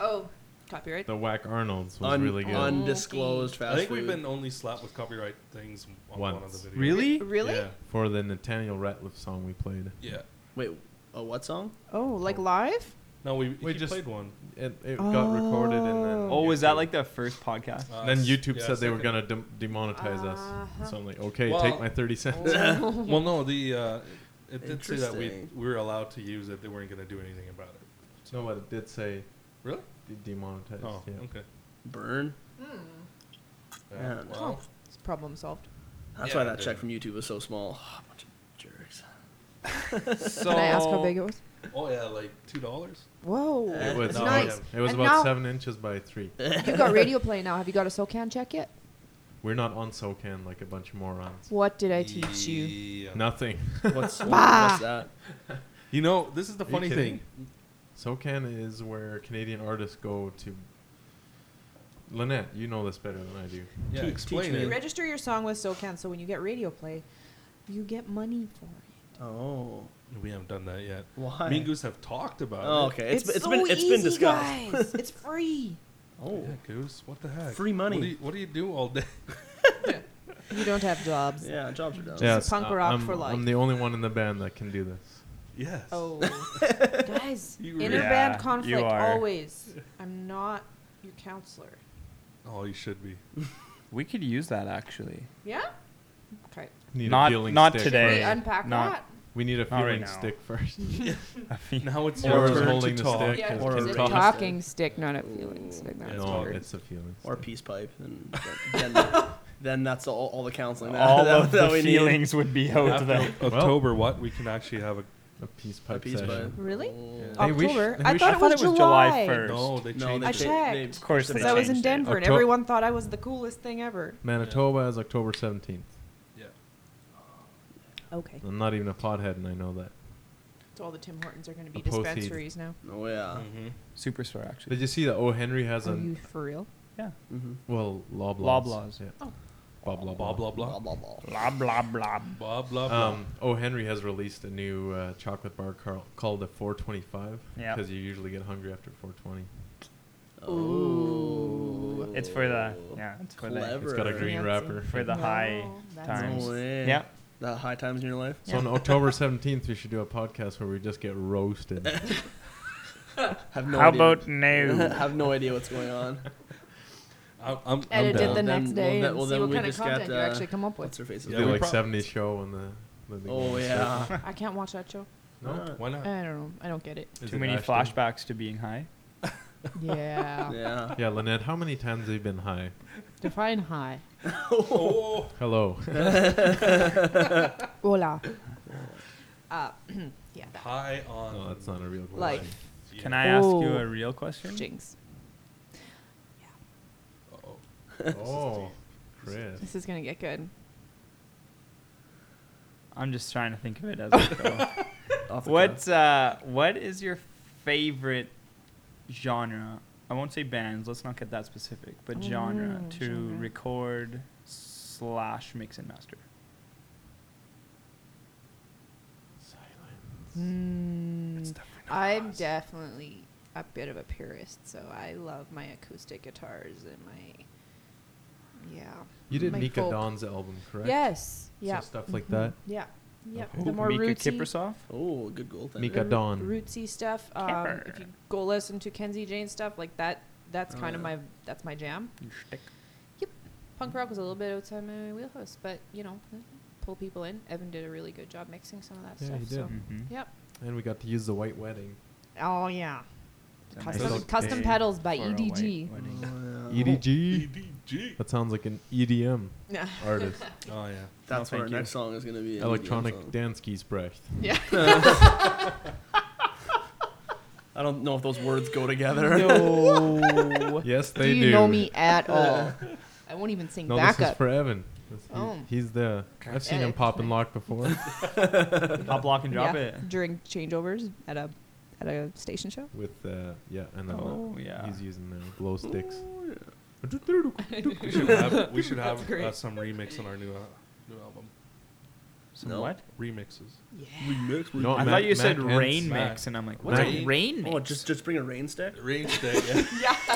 [SPEAKER 5] Oh, copyright.
[SPEAKER 3] the Whack Arnold's was
[SPEAKER 2] Un-
[SPEAKER 3] really good.
[SPEAKER 5] un-
[SPEAKER 2] Undisclosed fast
[SPEAKER 4] I think
[SPEAKER 2] food.
[SPEAKER 4] we've been only slapped with copyright things on one of
[SPEAKER 3] Once.
[SPEAKER 4] the videos.
[SPEAKER 1] Really?
[SPEAKER 5] Really?
[SPEAKER 4] Yeah.
[SPEAKER 3] For the Nathaniel Ratliff song we played,
[SPEAKER 4] yeah.
[SPEAKER 2] Wait, a what song?
[SPEAKER 5] Oh, like live?
[SPEAKER 4] No, we,
[SPEAKER 3] We
[SPEAKER 4] he
[SPEAKER 3] just-
[SPEAKER 4] played one.
[SPEAKER 3] it, it got recorded and then.
[SPEAKER 1] Oh, was that
[SPEAKER 3] YouTube-
[SPEAKER 1] like the first podcast?
[SPEAKER 4] Uh,
[SPEAKER 3] then YouTube
[SPEAKER 4] yeah,
[SPEAKER 3] said they were
[SPEAKER 4] second-
[SPEAKER 3] gonna dem demonetize
[SPEAKER 5] Uh-huh.
[SPEAKER 3] us. So I'm like, okay,
[SPEAKER 4] Well-
[SPEAKER 3] take my thirty cents.
[SPEAKER 4] Well, no, the uh, it did say that we
[SPEAKER 2] Interesting.
[SPEAKER 4] we were allowed to use it. They weren't gonna do anything about it.
[SPEAKER 3] no, but it did say
[SPEAKER 4] Really?
[SPEAKER 3] de- demonetized.
[SPEAKER 4] Oh,
[SPEAKER 3] yeah.
[SPEAKER 4] okay.
[SPEAKER 2] Burn.
[SPEAKER 4] Yeah,
[SPEAKER 2] Yeah.
[SPEAKER 4] well,
[SPEAKER 5] It's problem solved.
[SPEAKER 2] That's
[SPEAKER 4] Yeah,
[SPEAKER 2] why
[SPEAKER 4] I
[SPEAKER 2] that
[SPEAKER 4] did.
[SPEAKER 2] check from YouTube was so small. bunch of jerks.
[SPEAKER 4] so
[SPEAKER 5] Can I ask how big it was?
[SPEAKER 4] Oh yeah, like two dollars.
[SPEAKER 5] Whoa.
[SPEAKER 2] It
[SPEAKER 3] It
[SPEAKER 5] that's
[SPEAKER 3] was, um,
[SPEAKER 4] No,
[SPEAKER 5] nice.
[SPEAKER 3] it was
[SPEAKER 5] And
[SPEAKER 3] about
[SPEAKER 5] now-
[SPEAKER 3] seven inches by three.
[SPEAKER 5] You got radio play now. Have you got a SoCan check yet?
[SPEAKER 3] We're not on SoCan like a bunch of morons.
[SPEAKER 5] What did I teach you?
[SPEAKER 4] Yeah.
[SPEAKER 3] Nothing.
[SPEAKER 2] What's,
[SPEAKER 5] Bah.
[SPEAKER 2] what's that?
[SPEAKER 4] You know, this is the
[SPEAKER 3] Are you
[SPEAKER 4] funny
[SPEAKER 3] kidding?
[SPEAKER 4] thing.
[SPEAKER 3] SoCan is where Canadian artists go to. Lynette, you know this better than I do.
[SPEAKER 4] Yeah,
[SPEAKER 2] Teach-
[SPEAKER 4] explain
[SPEAKER 2] teach
[SPEAKER 5] You
[SPEAKER 2] me.
[SPEAKER 4] it.
[SPEAKER 5] register your song with SoCan, so when you get radio play, you get money for it.
[SPEAKER 2] Oh,
[SPEAKER 4] We haven't done that yet.
[SPEAKER 2] why?
[SPEAKER 4] Me and Goose have talked about
[SPEAKER 2] Oh,
[SPEAKER 4] it.
[SPEAKER 2] okay. It's, it's
[SPEAKER 5] so
[SPEAKER 2] been it's been
[SPEAKER 5] easy,
[SPEAKER 2] discussed.
[SPEAKER 5] guys. it's free.
[SPEAKER 2] Oh,
[SPEAKER 4] Yeah, Goose, what the heck?
[SPEAKER 2] Free money.
[SPEAKER 4] What do you, what do, you do all day?
[SPEAKER 5] You don't have jobs.
[SPEAKER 2] yeah. Jobs are done.
[SPEAKER 5] Yeah. Yes, punk
[SPEAKER 3] I-
[SPEAKER 5] rock
[SPEAKER 3] I'm,
[SPEAKER 5] for life.
[SPEAKER 3] I'm the only one in the band that can do this.
[SPEAKER 4] yes.
[SPEAKER 5] Oh, guys,
[SPEAKER 4] You
[SPEAKER 5] inner
[SPEAKER 1] really- Yeah,
[SPEAKER 5] band
[SPEAKER 1] you
[SPEAKER 5] conflict
[SPEAKER 1] are.
[SPEAKER 5] always. I'm not your counselor.
[SPEAKER 4] Oh, you should be.
[SPEAKER 6] We could use that actually.
[SPEAKER 5] Yeah. Okay.
[SPEAKER 3] Need
[SPEAKER 1] Not-
[SPEAKER 3] a feeling
[SPEAKER 1] not
[SPEAKER 3] stick
[SPEAKER 1] today.
[SPEAKER 5] Can
[SPEAKER 1] Hey,
[SPEAKER 5] we unpack
[SPEAKER 1] not-
[SPEAKER 3] We need a
[SPEAKER 1] Not right
[SPEAKER 3] feeling
[SPEAKER 1] now.
[SPEAKER 3] stick first.
[SPEAKER 4] Now it's
[SPEAKER 3] Or
[SPEAKER 4] your
[SPEAKER 3] is
[SPEAKER 4] turn
[SPEAKER 3] holding
[SPEAKER 4] to
[SPEAKER 3] the
[SPEAKER 4] talk.
[SPEAKER 5] that?
[SPEAKER 3] stick.
[SPEAKER 5] Yeah,
[SPEAKER 3] Yeah,
[SPEAKER 2] or
[SPEAKER 5] it's
[SPEAKER 2] a
[SPEAKER 5] a
[SPEAKER 2] talking
[SPEAKER 5] talking stick, not a feeling stick.
[SPEAKER 2] Yeah,
[SPEAKER 5] That's
[SPEAKER 4] it's
[SPEAKER 3] no,
[SPEAKER 4] weird.
[SPEAKER 3] it's a feeling.
[SPEAKER 2] Or a
[SPEAKER 3] stick.
[SPEAKER 2] peace pipe, and then, then, then that's all, all the counseling. that-
[SPEAKER 1] All
[SPEAKER 2] that,
[SPEAKER 1] of
[SPEAKER 2] that
[SPEAKER 1] the
[SPEAKER 2] we need.
[SPEAKER 1] feelings would be out
[SPEAKER 4] After
[SPEAKER 1] there.
[SPEAKER 4] October, what? We can actually have a.
[SPEAKER 3] A peace
[SPEAKER 2] A
[SPEAKER 3] pipe
[SPEAKER 2] piece
[SPEAKER 3] session.
[SPEAKER 2] pipe.
[SPEAKER 5] Really? Oh,
[SPEAKER 4] Yeah.
[SPEAKER 3] Hey, we sh-
[SPEAKER 5] October.
[SPEAKER 3] we
[SPEAKER 5] I
[SPEAKER 3] sh-
[SPEAKER 1] I thought
[SPEAKER 5] thought, it was
[SPEAKER 1] it was
[SPEAKER 5] July.
[SPEAKER 1] July 1st.
[SPEAKER 4] No, they
[SPEAKER 2] No,
[SPEAKER 4] changed.
[SPEAKER 2] they
[SPEAKER 5] I
[SPEAKER 4] it.
[SPEAKER 2] changed.
[SPEAKER 5] checked.
[SPEAKER 2] They,
[SPEAKER 1] Of course
[SPEAKER 5] Because
[SPEAKER 1] they
[SPEAKER 5] I was in
[SPEAKER 1] changed it.
[SPEAKER 5] Denver and
[SPEAKER 3] Octo-
[SPEAKER 5] everyone thought I was the coolest thing ever.
[SPEAKER 3] Manitoba is October 17th.
[SPEAKER 5] Okay.
[SPEAKER 3] I'm not even a pothead, and I know that.
[SPEAKER 5] So all the Tim Hortons are going to be
[SPEAKER 3] A post-heat.
[SPEAKER 5] dispensaries now.
[SPEAKER 2] Oh yeah.
[SPEAKER 4] Mhm.
[SPEAKER 6] Superstore actually.
[SPEAKER 3] Did you see that O. Henry has
[SPEAKER 5] Are you
[SPEAKER 3] a
[SPEAKER 5] for real? Mm.
[SPEAKER 2] Mm-hmm.
[SPEAKER 3] well Loblaws?
[SPEAKER 1] Loblaws.
[SPEAKER 3] Yeah.
[SPEAKER 5] Oh.
[SPEAKER 3] Bob
[SPEAKER 4] Blah
[SPEAKER 3] Loblaw.
[SPEAKER 4] blah blah.
[SPEAKER 2] Blah
[SPEAKER 1] Blah
[SPEAKER 2] blah blah.
[SPEAKER 4] Blah
[SPEAKER 1] blah blah.
[SPEAKER 4] blah blah.
[SPEAKER 3] Um, o. Henry has released a new uh, chocolate bar car- called a 425
[SPEAKER 1] Yeah.
[SPEAKER 3] because you usually get hungry after 420.
[SPEAKER 5] Ooh.
[SPEAKER 1] It's for the yeah. It's for the
[SPEAKER 2] Clever.
[SPEAKER 3] It's got a
[SPEAKER 2] Ever.
[SPEAKER 3] green
[SPEAKER 5] Fancy.
[SPEAKER 3] wrapper.
[SPEAKER 1] for the high
[SPEAKER 5] No, that's
[SPEAKER 1] times.
[SPEAKER 2] No way.
[SPEAKER 1] Yeah.
[SPEAKER 2] The high times in your life.
[SPEAKER 3] So on October 17th, we should do a podcast where we just get roasted.
[SPEAKER 2] Have no
[SPEAKER 1] How
[SPEAKER 2] idea.
[SPEAKER 1] about no?
[SPEAKER 2] have no idea what's going on.
[SPEAKER 4] I'm, I'm, I'm
[SPEAKER 5] Edit it
[SPEAKER 2] down.
[SPEAKER 4] down.
[SPEAKER 5] the
[SPEAKER 2] Then-
[SPEAKER 5] next
[SPEAKER 2] well,
[SPEAKER 5] day
[SPEAKER 2] then-
[SPEAKER 5] and
[SPEAKER 2] well,
[SPEAKER 5] see
[SPEAKER 2] then
[SPEAKER 5] what
[SPEAKER 2] we
[SPEAKER 5] kind of
[SPEAKER 2] just got,
[SPEAKER 5] content you
[SPEAKER 2] uh,
[SPEAKER 5] actually come up
[SPEAKER 2] What's
[SPEAKER 5] with.
[SPEAKER 2] her face?
[SPEAKER 3] We'll
[SPEAKER 4] Yeah,
[SPEAKER 3] do
[SPEAKER 4] we
[SPEAKER 3] like
[SPEAKER 4] prob-
[SPEAKER 3] 70 show on the. Living
[SPEAKER 2] Oh yeah.
[SPEAKER 5] I can't watch that show.
[SPEAKER 3] No.
[SPEAKER 4] Why not?
[SPEAKER 5] I don't know. I don't get it.
[SPEAKER 3] Is
[SPEAKER 1] Too
[SPEAKER 3] it
[SPEAKER 1] many
[SPEAKER 3] Ashton?
[SPEAKER 1] flashbacks to being high.
[SPEAKER 5] Yeah.
[SPEAKER 2] Yeah.
[SPEAKER 3] Yeah, Lynette, how many times have you been high?
[SPEAKER 5] Define high.
[SPEAKER 4] Oh,
[SPEAKER 3] Hello.
[SPEAKER 5] Hola. Uh, yeah. That.
[SPEAKER 4] high on.
[SPEAKER 3] no, Oh, that's not a real question.
[SPEAKER 5] Like-
[SPEAKER 4] Yeah.
[SPEAKER 1] Can I ask you
[SPEAKER 5] Oh.
[SPEAKER 1] a real question?
[SPEAKER 5] Jinx.
[SPEAKER 4] Uh-oh.
[SPEAKER 3] Oh, Chris.
[SPEAKER 5] This is going to get good.
[SPEAKER 1] I'm just trying to think of it as I go.
[SPEAKER 2] Off the cuff.
[SPEAKER 1] What's uh what is your favorite genre? I won't say bands, let's not get that specific, but
[SPEAKER 5] Oh,
[SPEAKER 1] genre to
[SPEAKER 5] genre.
[SPEAKER 1] record slash mix and master.
[SPEAKER 5] Mm, I'm definitely a bit of a purist, so I love my acoustic guitars and my yeah.
[SPEAKER 3] You did
[SPEAKER 5] Mm, my
[SPEAKER 3] Mika
[SPEAKER 5] folk.
[SPEAKER 3] Don's album, correct?
[SPEAKER 5] Yes. Yeah.
[SPEAKER 3] So stuff like that.
[SPEAKER 5] yeah. Yeah.
[SPEAKER 3] Okay.
[SPEAKER 5] The more
[SPEAKER 1] Mika
[SPEAKER 5] rootsy,
[SPEAKER 1] Kiprasov?
[SPEAKER 2] Oh, good goaltender.
[SPEAKER 5] the
[SPEAKER 3] Mika
[SPEAKER 5] roo-
[SPEAKER 3] Don.
[SPEAKER 5] rootsy stuff. Um, if you
[SPEAKER 1] Kipper.
[SPEAKER 5] go listen to Kenzie Jane stuff like that, that's
[SPEAKER 2] Oh,
[SPEAKER 5] kind of
[SPEAKER 2] yeah.
[SPEAKER 5] my that's my jam.
[SPEAKER 1] Your shtick.
[SPEAKER 5] Punk rock was a little bit outside my wheelhouse, but you know, pull people in. Evan did a really good job mixing some of that
[SPEAKER 3] Yeah,
[SPEAKER 5] stuff.
[SPEAKER 3] he did. Mm-hmm.
[SPEAKER 5] So.
[SPEAKER 1] Mhm.
[SPEAKER 5] Yep.
[SPEAKER 3] And we got to use the White Wedding.
[SPEAKER 5] Oh yeah.
[SPEAKER 1] It's a
[SPEAKER 5] Custom,
[SPEAKER 3] nice
[SPEAKER 5] custom
[SPEAKER 1] day
[SPEAKER 5] pedals by E
[SPEAKER 1] for a white
[SPEAKER 5] EDG.
[SPEAKER 1] wedding.
[SPEAKER 2] Oh,
[SPEAKER 3] E
[SPEAKER 2] yeah.
[SPEAKER 4] E
[SPEAKER 3] EDG.
[SPEAKER 4] EDG.
[SPEAKER 3] That sounds like an E EDM
[SPEAKER 5] Yeah.
[SPEAKER 3] artist.
[SPEAKER 4] Oh yeah.
[SPEAKER 2] That's
[SPEAKER 1] No,
[SPEAKER 2] what our
[SPEAKER 1] thank you.
[SPEAKER 2] next song is gonna be. an
[SPEAKER 3] Electronic
[SPEAKER 2] EDM E song.
[SPEAKER 3] dance keys brecht.
[SPEAKER 5] Yeah.
[SPEAKER 2] I don't know if those words go together.
[SPEAKER 5] No.
[SPEAKER 3] Yes,
[SPEAKER 5] do
[SPEAKER 3] they
[SPEAKER 5] you
[SPEAKER 3] do.
[SPEAKER 5] know me at all? I won't even sing
[SPEAKER 3] No, this is
[SPEAKER 5] backup.
[SPEAKER 3] for Evan. This- he-
[SPEAKER 5] Oh.
[SPEAKER 3] He's the. I've seen him
[SPEAKER 5] Edit.
[SPEAKER 3] pop and lock before.
[SPEAKER 1] Pop lock and drop
[SPEAKER 5] Yeah,
[SPEAKER 1] it.
[SPEAKER 5] during changeovers at a at a station show.
[SPEAKER 3] with uh, yeah, and then
[SPEAKER 1] Oh yeah.
[SPEAKER 3] he's using the glow sticks.
[SPEAKER 4] We should have we should
[SPEAKER 5] That's
[SPEAKER 4] have
[SPEAKER 5] great.
[SPEAKER 4] uh, some remix on our new uh, new album.
[SPEAKER 1] Some
[SPEAKER 2] No.
[SPEAKER 1] what?
[SPEAKER 4] Remixes.
[SPEAKER 5] Yeah.
[SPEAKER 2] Remix.
[SPEAKER 3] No,
[SPEAKER 1] I
[SPEAKER 3] Matt-
[SPEAKER 1] thought you said
[SPEAKER 3] Matt
[SPEAKER 1] rain
[SPEAKER 4] Matt.
[SPEAKER 1] mix and I'm like, what's a
[SPEAKER 4] Matt.
[SPEAKER 1] rain mix?
[SPEAKER 2] Oh, just just bring a rain stick.
[SPEAKER 4] Range day. Yeah.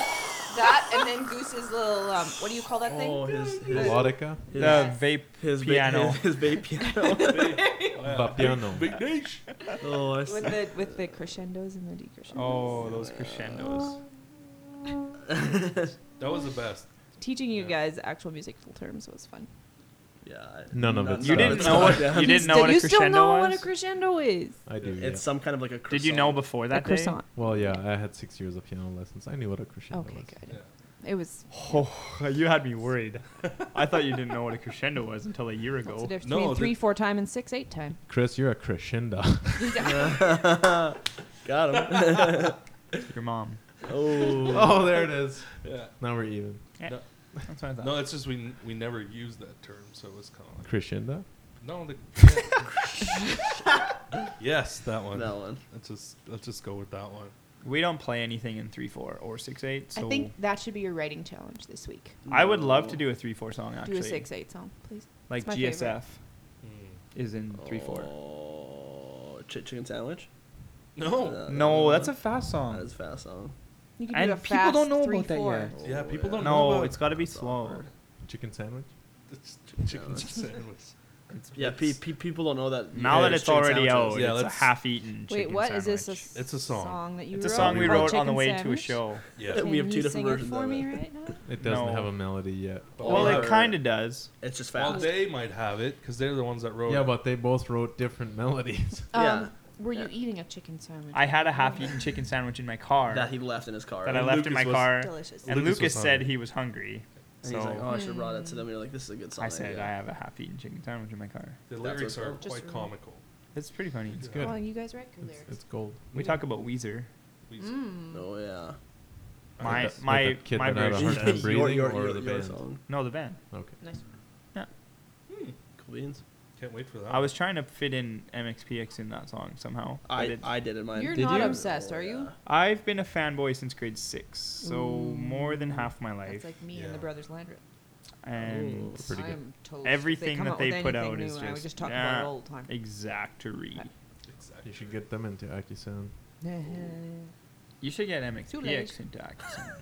[SPEAKER 5] Yeah. That and then Goose's little um, what do you call that
[SPEAKER 2] Oh, his his
[SPEAKER 3] Melodica,
[SPEAKER 2] his,
[SPEAKER 1] the vape
[SPEAKER 2] his va-
[SPEAKER 1] piano.
[SPEAKER 2] his, his vape piano.
[SPEAKER 3] Vapiano.
[SPEAKER 4] Big niche.
[SPEAKER 2] oh, I
[SPEAKER 5] With
[SPEAKER 2] see.
[SPEAKER 5] the with the crescendos and the decrescendos.
[SPEAKER 1] Oh, those crescendos.
[SPEAKER 4] That was the best.
[SPEAKER 5] Teaching you
[SPEAKER 4] Yeah.
[SPEAKER 5] guys actual musical terms was fun.
[SPEAKER 2] Yeah. I-
[SPEAKER 3] None of it's
[SPEAKER 1] You
[SPEAKER 3] No,
[SPEAKER 1] didn't
[SPEAKER 3] it's
[SPEAKER 1] know
[SPEAKER 3] not.
[SPEAKER 1] what
[SPEAKER 2] Yeah.
[SPEAKER 1] you didn't know
[SPEAKER 5] Did
[SPEAKER 1] what a
[SPEAKER 5] you still know
[SPEAKER 1] crescendo
[SPEAKER 5] what a
[SPEAKER 1] was?
[SPEAKER 5] crescendo is?
[SPEAKER 3] I do.
[SPEAKER 2] It's
[SPEAKER 3] yeah.
[SPEAKER 2] some kind of like a. Croissant.
[SPEAKER 1] Did you know before
[SPEAKER 5] A
[SPEAKER 1] that day?
[SPEAKER 5] croissant.
[SPEAKER 3] well, yeah. I had six years of piano lessons. I knew what a crescendo
[SPEAKER 5] Okay,
[SPEAKER 3] was.
[SPEAKER 5] good.
[SPEAKER 4] Yeah.
[SPEAKER 5] it was
[SPEAKER 1] Oh, you had me worried. I thought you didn't know what a crescendo was until a year
[SPEAKER 5] that's the
[SPEAKER 1] ago.
[SPEAKER 5] difference
[SPEAKER 4] No,
[SPEAKER 5] between
[SPEAKER 4] the-
[SPEAKER 5] three, four time and six, eight time.
[SPEAKER 3] Chris, you're a crescendo.
[SPEAKER 2] Got him.
[SPEAKER 1] Your mom.
[SPEAKER 2] oh.
[SPEAKER 3] oh, there it is.
[SPEAKER 4] Yeah.
[SPEAKER 3] Now we're even.
[SPEAKER 1] That's what I thought.
[SPEAKER 4] No, it's just we n- we never use that term, so it's kind of like
[SPEAKER 3] Crescendo?
[SPEAKER 4] no. The, yes, that one.
[SPEAKER 2] That one.
[SPEAKER 4] Let's just let's just go with that one.
[SPEAKER 1] We don't play anything in three four or six eight. So
[SPEAKER 5] I think that should be your writing challenge this week.
[SPEAKER 1] I would love to do a three four song actually.
[SPEAKER 5] Do a six eight song, please.
[SPEAKER 1] Like
[SPEAKER 5] It's my
[SPEAKER 1] GSF
[SPEAKER 5] favorite.
[SPEAKER 4] Mm.
[SPEAKER 1] is in three four.
[SPEAKER 2] Oh, Ch- chicken sandwich.
[SPEAKER 4] No.
[SPEAKER 1] Oh. No, that's a fast
[SPEAKER 2] That
[SPEAKER 1] song.
[SPEAKER 2] is a fast Oh, song.
[SPEAKER 5] You could
[SPEAKER 1] And
[SPEAKER 5] do a
[SPEAKER 1] people
[SPEAKER 5] fast
[SPEAKER 1] don't know
[SPEAKER 5] three,
[SPEAKER 6] about that
[SPEAKER 5] four.
[SPEAKER 6] yet.
[SPEAKER 4] Yeah, people don't know
[SPEAKER 1] No,
[SPEAKER 4] about
[SPEAKER 1] it's got to be
[SPEAKER 2] That's
[SPEAKER 1] slow.
[SPEAKER 2] awkward.
[SPEAKER 3] Chicken sandwich?
[SPEAKER 4] It's ch- chicken
[SPEAKER 2] that's-
[SPEAKER 4] sandwich.
[SPEAKER 2] Yeah, pe- pe- people don't know that.
[SPEAKER 1] Now
[SPEAKER 2] yeah,
[SPEAKER 1] that it's
[SPEAKER 2] chicken
[SPEAKER 1] already
[SPEAKER 2] sandwiches.
[SPEAKER 1] out,
[SPEAKER 4] Yeah,
[SPEAKER 1] it's a
[SPEAKER 4] let's-
[SPEAKER 1] half-eaten
[SPEAKER 5] Wait,
[SPEAKER 1] chicken
[SPEAKER 5] what is this?
[SPEAKER 1] sandwich.
[SPEAKER 5] s-
[SPEAKER 4] It's a song.
[SPEAKER 5] that you
[SPEAKER 1] It's a
[SPEAKER 5] wrote
[SPEAKER 1] song we
[SPEAKER 5] called
[SPEAKER 1] wrote on
[SPEAKER 5] Chicken
[SPEAKER 1] the way to a
[SPEAKER 5] Sandwich?
[SPEAKER 1] show.
[SPEAKER 4] Yeah.
[SPEAKER 2] We have
[SPEAKER 5] Can
[SPEAKER 2] two
[SPEAKER 5] you
[SPEAKER 2] different
[SPEAKER 5] sing it
[SPEAKER 2] versions
[SPEAKER 5] for
[SPEAKER 2] of
[SPEAKER 5] me
[SPEAKER 2] it.
[SPEAKER 5] right now?
[SPEAKER 3] It doesn't
[SPEAKER 1] No.
[SPEAKER 3] have a melody yet.
[SPEAKER 4] But
[SPEAKER 1] Well,
[SPEAKER 4] all
[SPEAKER 1] it
[SPEAKER 4] our-
[SPEAKER 1] kind of does.
[SPEAKER 2] It's just
[SPEAKER 4] Well,
[SPEAKER 2] fast.
[SPEAKER 4] they might have it because they're the ones that wrote.
[SPEAKER 3] Yeah,
[SPEAKER 4] it.
[SPEAKER 3] but they both wrote different melodies.
[SPEAKER 2] Yeah.
[SPEAKER 5] Um, were
[SPEAKER 2] Yeah.
[SPEAKER 5] you eating a chicken sandwich?
[SPEAKER 1] I had a half-eaten chicken sandwich in my car
[SPEAKER 2] that
[SPEAKER 1] that,
[SPEAKER 2] he left in his car.
[SPEAKER 1] I left in
[SPEAKER 4] Lucas
[SPEAKER 1] my
[SPEAKER 4] was-
[SPEAKER 1] car,
[SPEAKER 5] Delicious.
[SPEAKER 1] and
[SPEAKER 4] Lucas
[SPEAKER 1] Lucas,
[SPEAKER 4] was
[SPEAKER 1] said
[SPEAKER 4] hungry.
[SPEAKER 1] he was hungry.
[SPEAKER 2] And
[SPEAKER 1] So
[SPEAKER 2] he's like, oh, I should have brought it to them. You're like, this is a good song.
[SPEAKER 1] I said
[SPEAKER 2] yeah.
[SPEAKER 1] I have a half-eaten chicken sandwich in my car.
[SPEAKER 4] the
[SPEAKER 2] That's
[SPEAKER 4] lyrics
[SPEAKER 2] what's
[SPEAKER 4] are
[SPEAKER 2] up.
[SPEAKER 5] Just
[SPEAKER 4] quite
[SPEAKER 5] remember.
[SPEAKER 4] comical.
[SPEAKER 1] It's pretty funny.
[SPEAKER 3] It's
[SPEAKER 5] Well,
[SPEAKER 3] good.
[SPEAKER 5] you guys write good
[SPEAKER 3] It's,
[SPEAKER 5] lyrics.
[SPEAKER 3] it's gold.
[SPEAKER 1] We talk about Weezer.
[SPEAKER 4] Please.
[SPEAKER 5] Mm.
[SPEAKER 2] Oh yeah.
[SPEAKER 4] I
[SPEAKER 1] My
[SPEAKER 4] think
[SPEAKER 1] my
[SPEAKER 3] Like that kid
[SPEAKER 1] my
[SPEAKER 3] that had a
[SPEAKER 1] version.
[SPEAKER 3] hard time
[SPEAKER 1] does.
[SPEAKER 3] breathing. or the band?
[SPEAKER 2] song.
[SPEAKER 1] No, the band.
[SPEAKER 3] Okay.
[SPEAKER 5] Nice.
[SPEAKER 2] Cool beans.
[SPEAKER 4] Can't wait for that.
[SPEAKER 1] I was trying to fit in MXPX in that song somehow. but
[SPEAKER 2] I
[SPEAKER 1] it-
[SPEAKER 2] I did it mine.
[SPEAKER 5] You're
[SPEAKER 2] Did
[SPEAKER 5] not
[SPEAKER 2] you?
[SPEAKER 5] obsessed,
[SPEAKER 2] Oh,
[SPEAKER 5] are you?
[SPEAKER 2] yeah.
[SPEAKER 1] I've been a fanboy since grade six, so
[SPEAKER 5] Ooh.
[SPEAKER 1] more than half my
[SPEAKER 5] That's
[SPEAKER 1] life,
[SPEAKER 5] like me and
[SPEAKER 4] Yeah.
[SPEAKER 5] the Brothers Landreth.
[SPEAKER 1] and
[SPEAKER 2] Ooh.
[SPEAKER 3] Pretty good.
[SPEAKER 5] I'm toast.
[SPEAKER 1] Everything
[SPEAKER 5] if they come
[SPEAKER 1] that
[SPEAKER 5] out with
[SPEAKER 1] they put
[SPEAKER 5] anything
[SPEAKER 1] out
[SPEAKER 5] new,
[SPEAKER 1] is
[SPEAKER 5] I would
[SPEAKER 1] just,
[SPEAKER 5] just talk
[SPEAKER 1] yeah.
[SPEAKER 5] about it all the time.
[SPEAKER 1] exactory.
[SPEAKER 4] exactly.
[SPEAKER 3] You should get them into AccuSound.
[SPEAKER 1] You should get
[SPEAKER 5] late.
[SPEAKER 1] MXPX into AccuSound.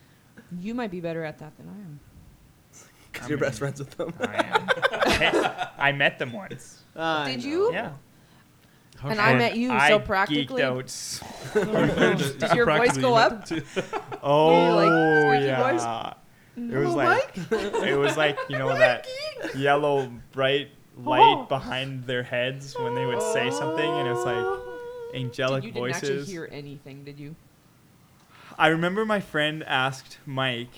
[SPEAKER 5] you might be better at that than I am.
[SPEAKER 2] 'Cause
[SPEAKER 1] I'm
[SPEAKER 2] you're best
[SPEAKER 1] in-
[SPEAKER 2] friends with them.
[SPEAKER 1] I am. I met them once.
[SPEAKER 2] I
[SPEAKER 5] Did
[SPEAKER 2] know.
[SPEAKER 5] you?
[SPEAKER 1] Yeah,
[SPEAKER 3] How
[SPEAKER 5] And
[SPEAKER 3] should-
[SPEAKER 5] I
[SPEAKER 1] And
[SPEAKER 5] met you, so
[SPEAKER 1] I
[SPEAKER 5] practically-
[SPEAKER 1] Geeked out. so-
[SPEAKER 5] Did your voice
[SPEAKER 4] Practically
[SPEAKER 5] go
[SPEAKER 4] met
[SPEAKER 5] up?
[SPEAKER 4] them too.
[SPEAKER 1] Oh
[SPEAKER 5] squeaky
[SPEAKER 1] yeah, it was
[SPEAKER 5] Hello,
[SPEAKER 1] like it was like you know that yellow bright light
[SPEAKER 5] Oh.
[SPEAKER 1] behind their heads when they would say something, and it's
[SPEAKER 5] Oh.
[SPEAKER 1] like angelic
[SPEAKER 5] you didn't actually
[SPEAKER 1] voices.
[SPEAKER 5] hear anything, did you?
[SPEAKER 1] I remember my friend asked Mike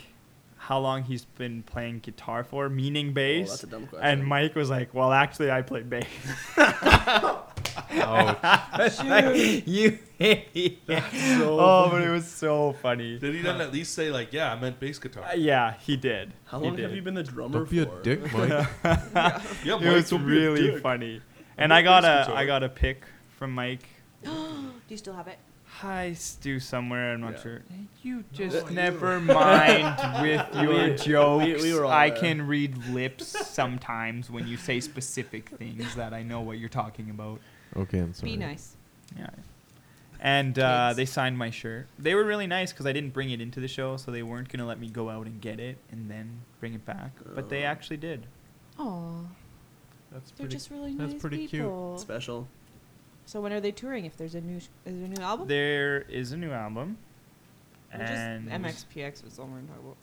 [SPEAKER 1] how long he's been playing guitar for, meaning
[SPEAKER 2] Oh,
[SPEAKER 1] bass.
[SPEAKER 2] that's a dumb question.
[SPEAKER 1] and Mike was like, "Well, actually, I play bass."
[SPEAKER 3] Oh,
[SPEAKER 2] you.
[SPEAKER 1] oh, but it was so funny.
[SPEAKER 4] Did he then at least say like, "Yeah, I meant bass guitar"?
[SPEAKER 1] Uh, yeah, he did.
[SPEAKER 2] How
[SPEAKER 1] He
[SPEAKER 2] long
[SPEAKER 1] did.
[SPEAKER 2] have you been the drummer
[SPEAKER 3] don't be a
[SPEAKER 2] for?
[SPEAKER 3] dick, Mike.
[SPEAKER 4] yeah,
[SPEAKER 1] It was really funny, and I got
[SPEAKER 4] bass
[SPEAKER 1] a I
[SPEAKER 4] guitar.
[SPEAKER 1] got a pic from Mike.
[SPEAKER 5] do you still have it?
[SPEAKER 1] Hi, Stu, somewhere I'm not
[SPEAKER 2] Yeah.
[SPEAKER 1] sure. You just
[SPEAKER 4] you.
[SPEAKER 1] never mind with your
[SPEAKER 2] We-
[SPEAKER 1] jokes.
[SPEAKER 2] we were all
[SPEAKER 1] I
[SPEAKER 2] there.
[SPEAKER 1] can read lips sometimes when you say specific things that I know what you're talking about.
[SPEAKER 3] okay, I'm sorry.
[SPEAKER 5] Be nice.
[SPEAKER 1] Yeah. And uh,
[SPEAKER 5] Kids.
[SPEAKER 1] they signed my shirt. They were really nice because I didn't bring it into the show, so they weren't gonna let me go out and get it and then bring it back. But they
[SPEAKER 2] Oh.
[SPEAKER 1] actually did.
[SPEAKER 5] Oh,
[SPEAKER 3] That's
[SPEAKER 5] they're
[SPEAKER 3] pretty.
[SPEAKER 5] just really nice
[SPEAKER 3] that's pretty cute.
[SPEAKER 5] people.
[SPEAKER 2] Special.
[SPEAKER 5] So when are they touring? If there's a new, sh- is there a new album?
[SPEAKER 1] There is a new album,
[SPEAKER 5] Or just
[SPEAKER 1] and
[SPEAKER 5] MXPX was all we're talking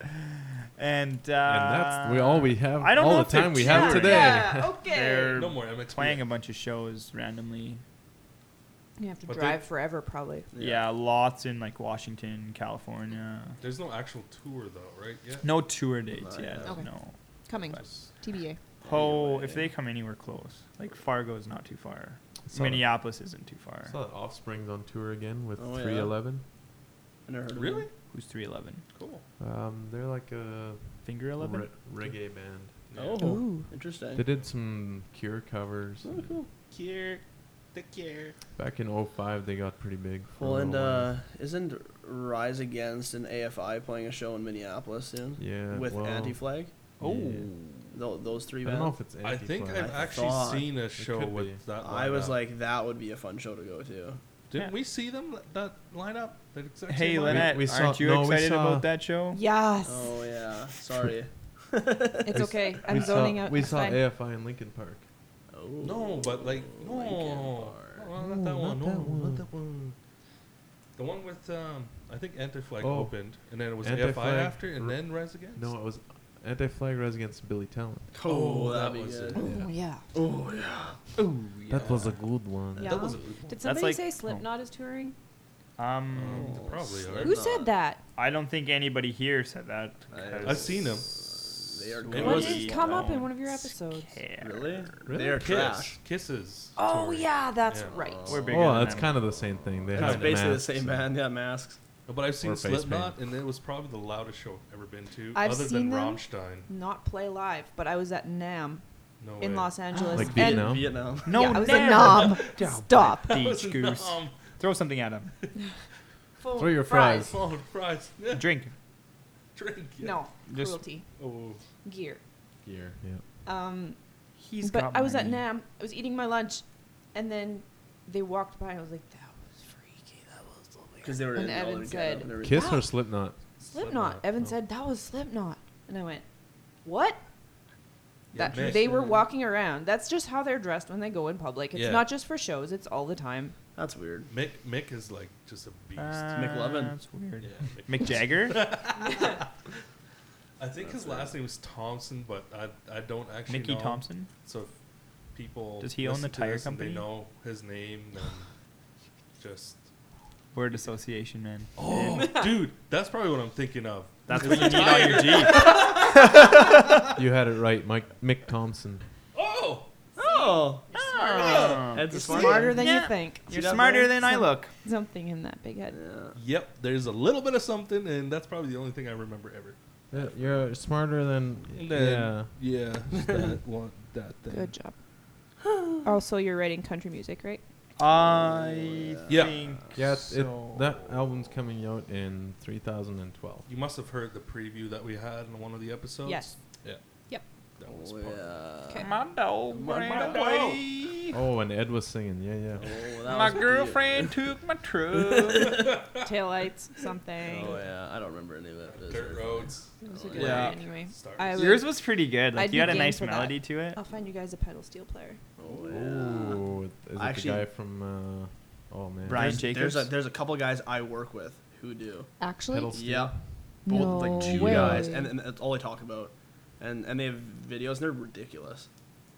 [SPEAKER 5] about.
[SPEAKER 1] and uh,
[SPEAKER 3] and that's we all we have.
[SPEAKER 1] I don't
[SPEAKER 3] all
[SPEAKER 1] know
[SPEAKER 3] the
[SPEAKER 1] if they're
[SPEAKER 3] time we have
[SPEAKER 1] touring.
[SPEAKER 3] today.
[SPEAKER 5] Yeah. Okay.
[SPEAKER 1] They're
[SPEAKER 4] No more MX
[SPEAKER 1] playing a bunch of shows randomly.
[SPEAKER 5] You have to
[SPEAKER 4] But they-
[SPEAKER 5] drive forever, probably.
[SPEAKER 1] Yeah. lots in like Washington, California.
[SPEAKER 4] There's no actual tour though, right? Yeah.
[SPEAKER 1] No tour dates
[SPEAKER 2] Right.
[SPEAKER 1] yet.
[SPEAKER 5] Okay.
[SPEAKER 1] No.
[SPEAKER 5] Coming.
[SPEAKER 4] Just-
[SPEAKER 5] TBA.
[SPEAKER 1] Oh,
[SPEAKER 2] Anyway.
[SPEAKER 1] if they come anywhere close, like Fargo's not too far.
[SPEAKER 3] Saw that-
[SPEAKER 1] Minneapolis isn't too far.
[SPEAKER 3] saw that Offspring's on tour again with
[SPEAKER 2] Oh, yeah.
[SPEAKER 3] 311.
[SPEAKER 2] I never heard of
[SPEAKER 4] Really?
[SPEAKER 2] them.
[SPEAKER 1] Who's 311?
[SPEAKER 4] Cool.
[SPEAKER 3] Um, they're like a
[SPEAKER 1] Finger 11?
[SPEAKER 3] re- reggae band.
[SPEAKER 2] Oh,
[SPEAKER 4] Yeah.
[SPEAKER 5] Ooh.
[SPEAKER 2] Interesting.
[SPEAKER 3] They did some Cure covers.
[SPEAKER 2] Oh, cool.
[SPEAKER 4] Cure. The cure.
[SPEAKER 3] Back in 05, they got pretty big. for a
[SPEAKER 2] Well, and
[SPEAKER 3] little
[SPEAKER 2] uh,
[SPEAKER 3] while.
[SPEAKER 2] isn't Rise Against and AFI playing a show in Minneapolis soon
[SPEAKER 3] yeah,
[SPEAKER 2] with
[SPEAKER 3] well,
[SPEAKER 2] Anti Flag?
[SPEAKER 1] Oh.
[SPEAKER 2] Tho- those three
[SPEAKER 3] I don't know
[SPEAKER 2] bands.
[SPEAKER 3] if it's
[SPEAKER 4] I think
[SPEAKER 3] Anti-Flag.
[SPEAKER 4] I've
[SPEAKER 2] I
[SPEAKER 4] actually
[SPEAKER 2] thought
[SPEAKER 4] seen a
[SPEAKER 3] could
[SPEAKER 4] show
[SPEAKER 3] be.
[SPEAKER 4] with that.
[SPEAKER 2] I was
[SPEAKER 4] lineup.
[SPEAKER 2] like, that would be a fun show to go to.
[SPEAKER 4] didn't
[SPEAKER 1] Yeah.
[SPEAKER 4] we see them li- that lineup? That exact
[SPEAKER 1] Hey,
[SPEAKER 4] same lineup?
[SPEAKER 1] Lynette,
[SPEAKER 3] we saw-
[SPEAKER 1] aren't you
[SPEAKER 3] no, we
[SPEAKER 1] excited
[SPEAKER 3] saw-
[SPEAKER 1] about that show?
[SPEAKER 5] Yes.
[SPEAKER 2] Oh yeah, sorry.
[SPEAKER 5] It's
[SPEAKER 3] We-
[SPEAKER 5] okay. I'm
[SPEAKER 3] we
[SPEAKER 5] zoning
[SPEAKER 3] saw,
[SPEAKER 5] out.
[SPEAKER 3] We
[SPEAKER 5] It's
[SPEAKER 3] saw
[SPEAKER 5] fine.
[SPEAKER 3] AFI in Lincoln Park.
[SPEAKER 2] Oh,
[SPEAKER 4] No, but like no,
[SPEAKER 2] Linkin
[SPEAKER 4] no,
[SPEAKER 2] Park.
[SPEAKER 4] no, not that one. no, not that one. The one with um, I think Anti-Flag
[SPEAKER 3] Oh.
[SPEAKER 4] opened, and then it was
[SPEAKER 3] Anti-Flag.
[SPEAKER 4] AFI after, and
[SPEAKER 3] R-
[SPEAKER 4] then Rise Against.
[SPEAKER 3] No, it was Anti-Flag Rise Against Billy Talent.
[SPEAKER 2] Oh,
[SPEAKER 4] Oh,
[SPEAKER 2] that'd
[SPEAKER 4] that
[SPEAKER 2] be
[SPEAKER 4] was
[SPEAKER 2] good.
[SPEAKER 4] it.
[SPEAKER 5] Oh yeah.
[SPEAKER 2] Oh yeah.
[SPEAKER 1] Ooh,
[SPEAKER 3] That was a good one.
[SPEAKER 5] Yeah.
[SPEAKER 4] that was a
[SPEAKER 5] Did
[SPEAKER 1] That's
[SPEAKER 5] somebody
[SPEAKER 1] like-
[SPEAKER 5] say Slipknot is touring?
[SPEAKER 1] Um,
[SPEAKER 3] Oh.
[SPEAKER 2] Mm,
[SPEAKER 4] Um, they probably are.
[SPEAKER 5] Who
[SPEAKER 2] They're
[SPEAKER 5] said
[SPEAKER 2] not.
[SPEAKER 5] that?
[SPEAKER 1] I don't think anybody here said that.
[SPEAKER 2] I-
[SPEAKER 4] I've seen them.
[SPEAKER 2] They are
[SPEAKER 4] It
[SPEAKER 2] good.
[SPEAKER 5] Why
[SPEAKER 4] was-
[SPEAKER 5] did it
[SPEAKER 1] We
[SPEAKER 5] come up in
[SPEAKER 1] don't
[SPEAKER 5] one of your episodes?
[SPEAKER 1] care.
[SPEAKER 2] Really?
[SPEAKER 3] Really?
[SPEAKER 2] They are
[SPEAKER 4] Kiss.
[SPEAKER 2] trash.
[SPEAKER 4] Kisses.
[SPEAKER 5] Oh
[SPEAKER 4] Tori.
[SPEAKER 5] yeah, that's
[SPEAKER 4] Yeah.
[SPEAKER 5] right.
[SPEAKER 1] We're bigger
[SPEAKER 3] Oh,
[SPEAKER 1] than
[SPEAKER 3] that's
[SPEAKER 1] them.
[SPEAKER 3] kind of the same thing. They
[SPEAKER 4] It's
[SPEAKER 3] had
[SPEAKER 2] It's
[SPEAKER 4] kinda
[SPEAKER 2] basically
[SPEAKER 3] masks
[SPEAKER 2] the same
[SPEAKER 3] and-
[SPEAKER 2] band. Yeah, masks.
[SPEAKER 4] But I've seen
[SPEAKER 3] Or face
[SPEAKER 4] Slipknot, and it was probably the loudest show I've ever been to,
[SPEAKER 5] I've
[SPEAKER 4] other
[SPEAKER 5] seen
[SPEAKER 4] than
[SPEAKER 5] them.
[SPEAKER 4] Rammstein.
[SPEAKER 5] Not play live, but I was at Nam
[SPEAKER 4] No
[SPEAKER 5] in
[SPEAKER 4] way.
[SPEAKER 5] Los Angeles.
[SPEAKER 3] Like
[SPEAKER 5] and-
[SPEAKER 3] Vietnam? No.
[SPEAKER 2] Vietnam.
[SPEAKER 1] No,
[SPEAKER 5] yeah, I was
[SPEAKER 1] never.
[SPEAKER 5] at Nam. Stop.
[SPEAKER 4] That was
[SPEAKER 1] Beach goose.
[SPEAKER 4] numb.
[SPEAKER 1] Throw something at him.
[SPEAKER 3] Throw your fries.
[SPEAKER 4] Phone fries. Yeah,
[SPEAKER 1] Drink.
[SPEAKER 4] drink. Yeah.
[SPEAKER 5] No
[SPEAKER 1] Just-
[SPEAKER 5] cruelty
[SPEAKER 4] Oh,
[SPEAKER 5] gear.
[SPEAKER 3] Gear. Yeah.
[SPEAKER 5] Um,
[SPEAKER 1] He's
[SPEAKER 5] but
[SPEAKER 1] got
[SPEAKER 5] I was at
[SPEAKER 1] money.
[SPEAKER 5] Nam. I was eating my lunch, and then they walked by. and I was like, "That was freaky. That was so weird."
[SPEAKER 2] Because they were
[SPEAKER 5] And
[SPEAKER 2] in all
[SPEAKER 5] Evan
[SPEAKER 2] their
[SPEAKER 5] said-
[SPEAKER 2] getup and everything.
[SPEAKER 3] Kiss
[SPEAKER 5] Wow.
[SPEAKER 3] or Slipknot?
[SPEAKER 5] Slipknot.
[SPEAKER 4] Slipknot,
[SPEAKER 5] Evan
[SPEAKER 4] oh.
[SPEAKER 5] said that was Slipknot, and I went, "What?"
[SPEAKER 4] Yeah,
[SPEAKER 5] That
[SPEAKER 4] mixed.
[SPEAKER 5] they were walking around. That's just how they're dressed when they go in public. It's
[SPEAKER 4] Yeah.
[SPEAKER 5] not just for shows. It's all the time.
[SPEAKER 2] That's weird.
[SPEAKER 4] Mick Mick is like just a beast.
[SPEAKER 1] Uh,
[SPEAKER 2] McLovin.
[SPEAKER 1] That's weird.
[SPEAKER 4] yeah, Mick.
[SPEAKER 1] Mick Jagger?
[SPEAKER 4] I think his last name was Thompson, but I I don't actually
[SPEAKER 1] Mickey
[SPEAKER 4] know.
[SPEAKER 1] Thompson?
[SPEAKER 4] So if people
[SPEAKER 1] Does he own
[SPEAKER 4] listen
[SPEAKER 1] the
[SPEAKER 4] to
[SPEAKER 1] tire
[SPEAKER 4] this and
[SPEAKER 1] company?
[SPEAKER 4] They know his name. Then just
[SPEAKER 1] Word association, man.
[SPEAKER 4] oh, dude, that's probably what I'm thinking of.
[SPEAKER 1] That's
[SPEAKER 4] It's
[SPEAKER 1] what you
[SPEAKER 4] the
[SPEAKER 1] need on your
[SPEAKER 4] tire.
[SPEAKER 1] Jeep.
[SPEAKER 3] You had it right, Mike Mick Thompson.
[SPEAKER 4] Oh,
[SPEAKER 2] Oh,
[SPEAKER 1] Oh.
[SPEAKER 2] Ed's a smart
[SPEAKER 5] Smarter
[SPEAKER 2] one.
[SPEAKER 5] than
[SPEAKER 1] Yeah.
[SPEAKER 5] you think.
[SPEAKER 1] You're smarter than I
[SPEAKER 5] Some-
[SPEAKER 1] look.
[SPEAKER 5] Something in that big head.
[SPEAKER 4] yep. There's a little bit of something, and that's probably the only thing I remember ever.
[SPEAKER 3] Yeah, you're smarter than.
[SPEAKER 4] And then-
[SPEAKER 3] yeah.
[SPEAKER 4] Yeah, that one, that thing.
[SPEAKER 5] Good job. also, you're writing country music, right?
[SPEAKER 1] I
[SPEAKER 4] Yeah.
[SPEAKER 1] think
[SPEAKER 3] Yeah, it,
[SPEAKER 1] so.
[SPEAKER 3] it, that album's coming out in 2012.
[SPEAKER 4] You must have heard the preview that we had in one of the episodes.
[SPEAKER 5] Yes.
[SPEAKER 4] Yeah.
[SPEAKER 5] Yep.
[SPEAKER 4] That was
[SPEAKER 2] Oh,
[SPEAKER 4] part of it.
[SPEAKER 2] yeah.
[SPEAKER 5] Okay.
[SPEAKER 1] My dog
[SPEAKER 2] My-
[SPEAKER 1] ran
[SPEAKER 2] my
[SPEAKER 1] away.
[SPEAKER 3] Oh, and Ed was singing. Yeah, yeah.
[SPEAKER 2] Oh, that
[SPEAKER 1] My
[SPEAKER 2] was pretty-
[SPEAKER 1] girlfriend took my truck.
[SPEAKER 5] Taillights, something.
[SPEAKER 2] Oh yeah, I don't remember any of that. but it was
[SPEAKER 4] Dirt
[SPEAKER 2] very funny.
[SPEAKER 4] roads.
[SPEAKER 5] It was a
[SPEAKER 2] Oh,
[SPEAKER 5] good
[SPEAKER 2] yeah.
[SPEAKER 5] one anyway.
[SPEAKER 4] Stars.
[SPEAKER 5] I would-
[SPEAKER 1] Yours was pretty good. Like
[SPEAKER 5] I'd
[SPEAKER 1] you had
[SPEAKER 5] be
[SPEAKER 1] a
[SPEAKER 5] game
[SPEAKER 1] nice
[SPEAKER 5] for that. Oh.
[SPEAKER 1] melody to it.
[SPEAKER 5] I'll find you guys a pedal steel player.
[SPEAKER 2] Oh yeah.
[SPEAKER 3] Oh, is it
[SPEAKER 2] Actually-
[SPEAKER 3] the guy from? Uh, oh man,
[SPEAKER 1] Brian
[SPEAKER 2] there's,
[SPEAKER 1] Jacobs?
[SPEAKER 2] There's a there's a couple guys I work with who do.
[SPEAKER 5] Actually,
[SPEAKER 3] Pedal Steel.
[SPEAKER 2] Yeah, both like two
[SPEAKER 3] way.
[SPEAKER 2] guys, and, and that's all they talk about, and and they have videos and they're ridiculous.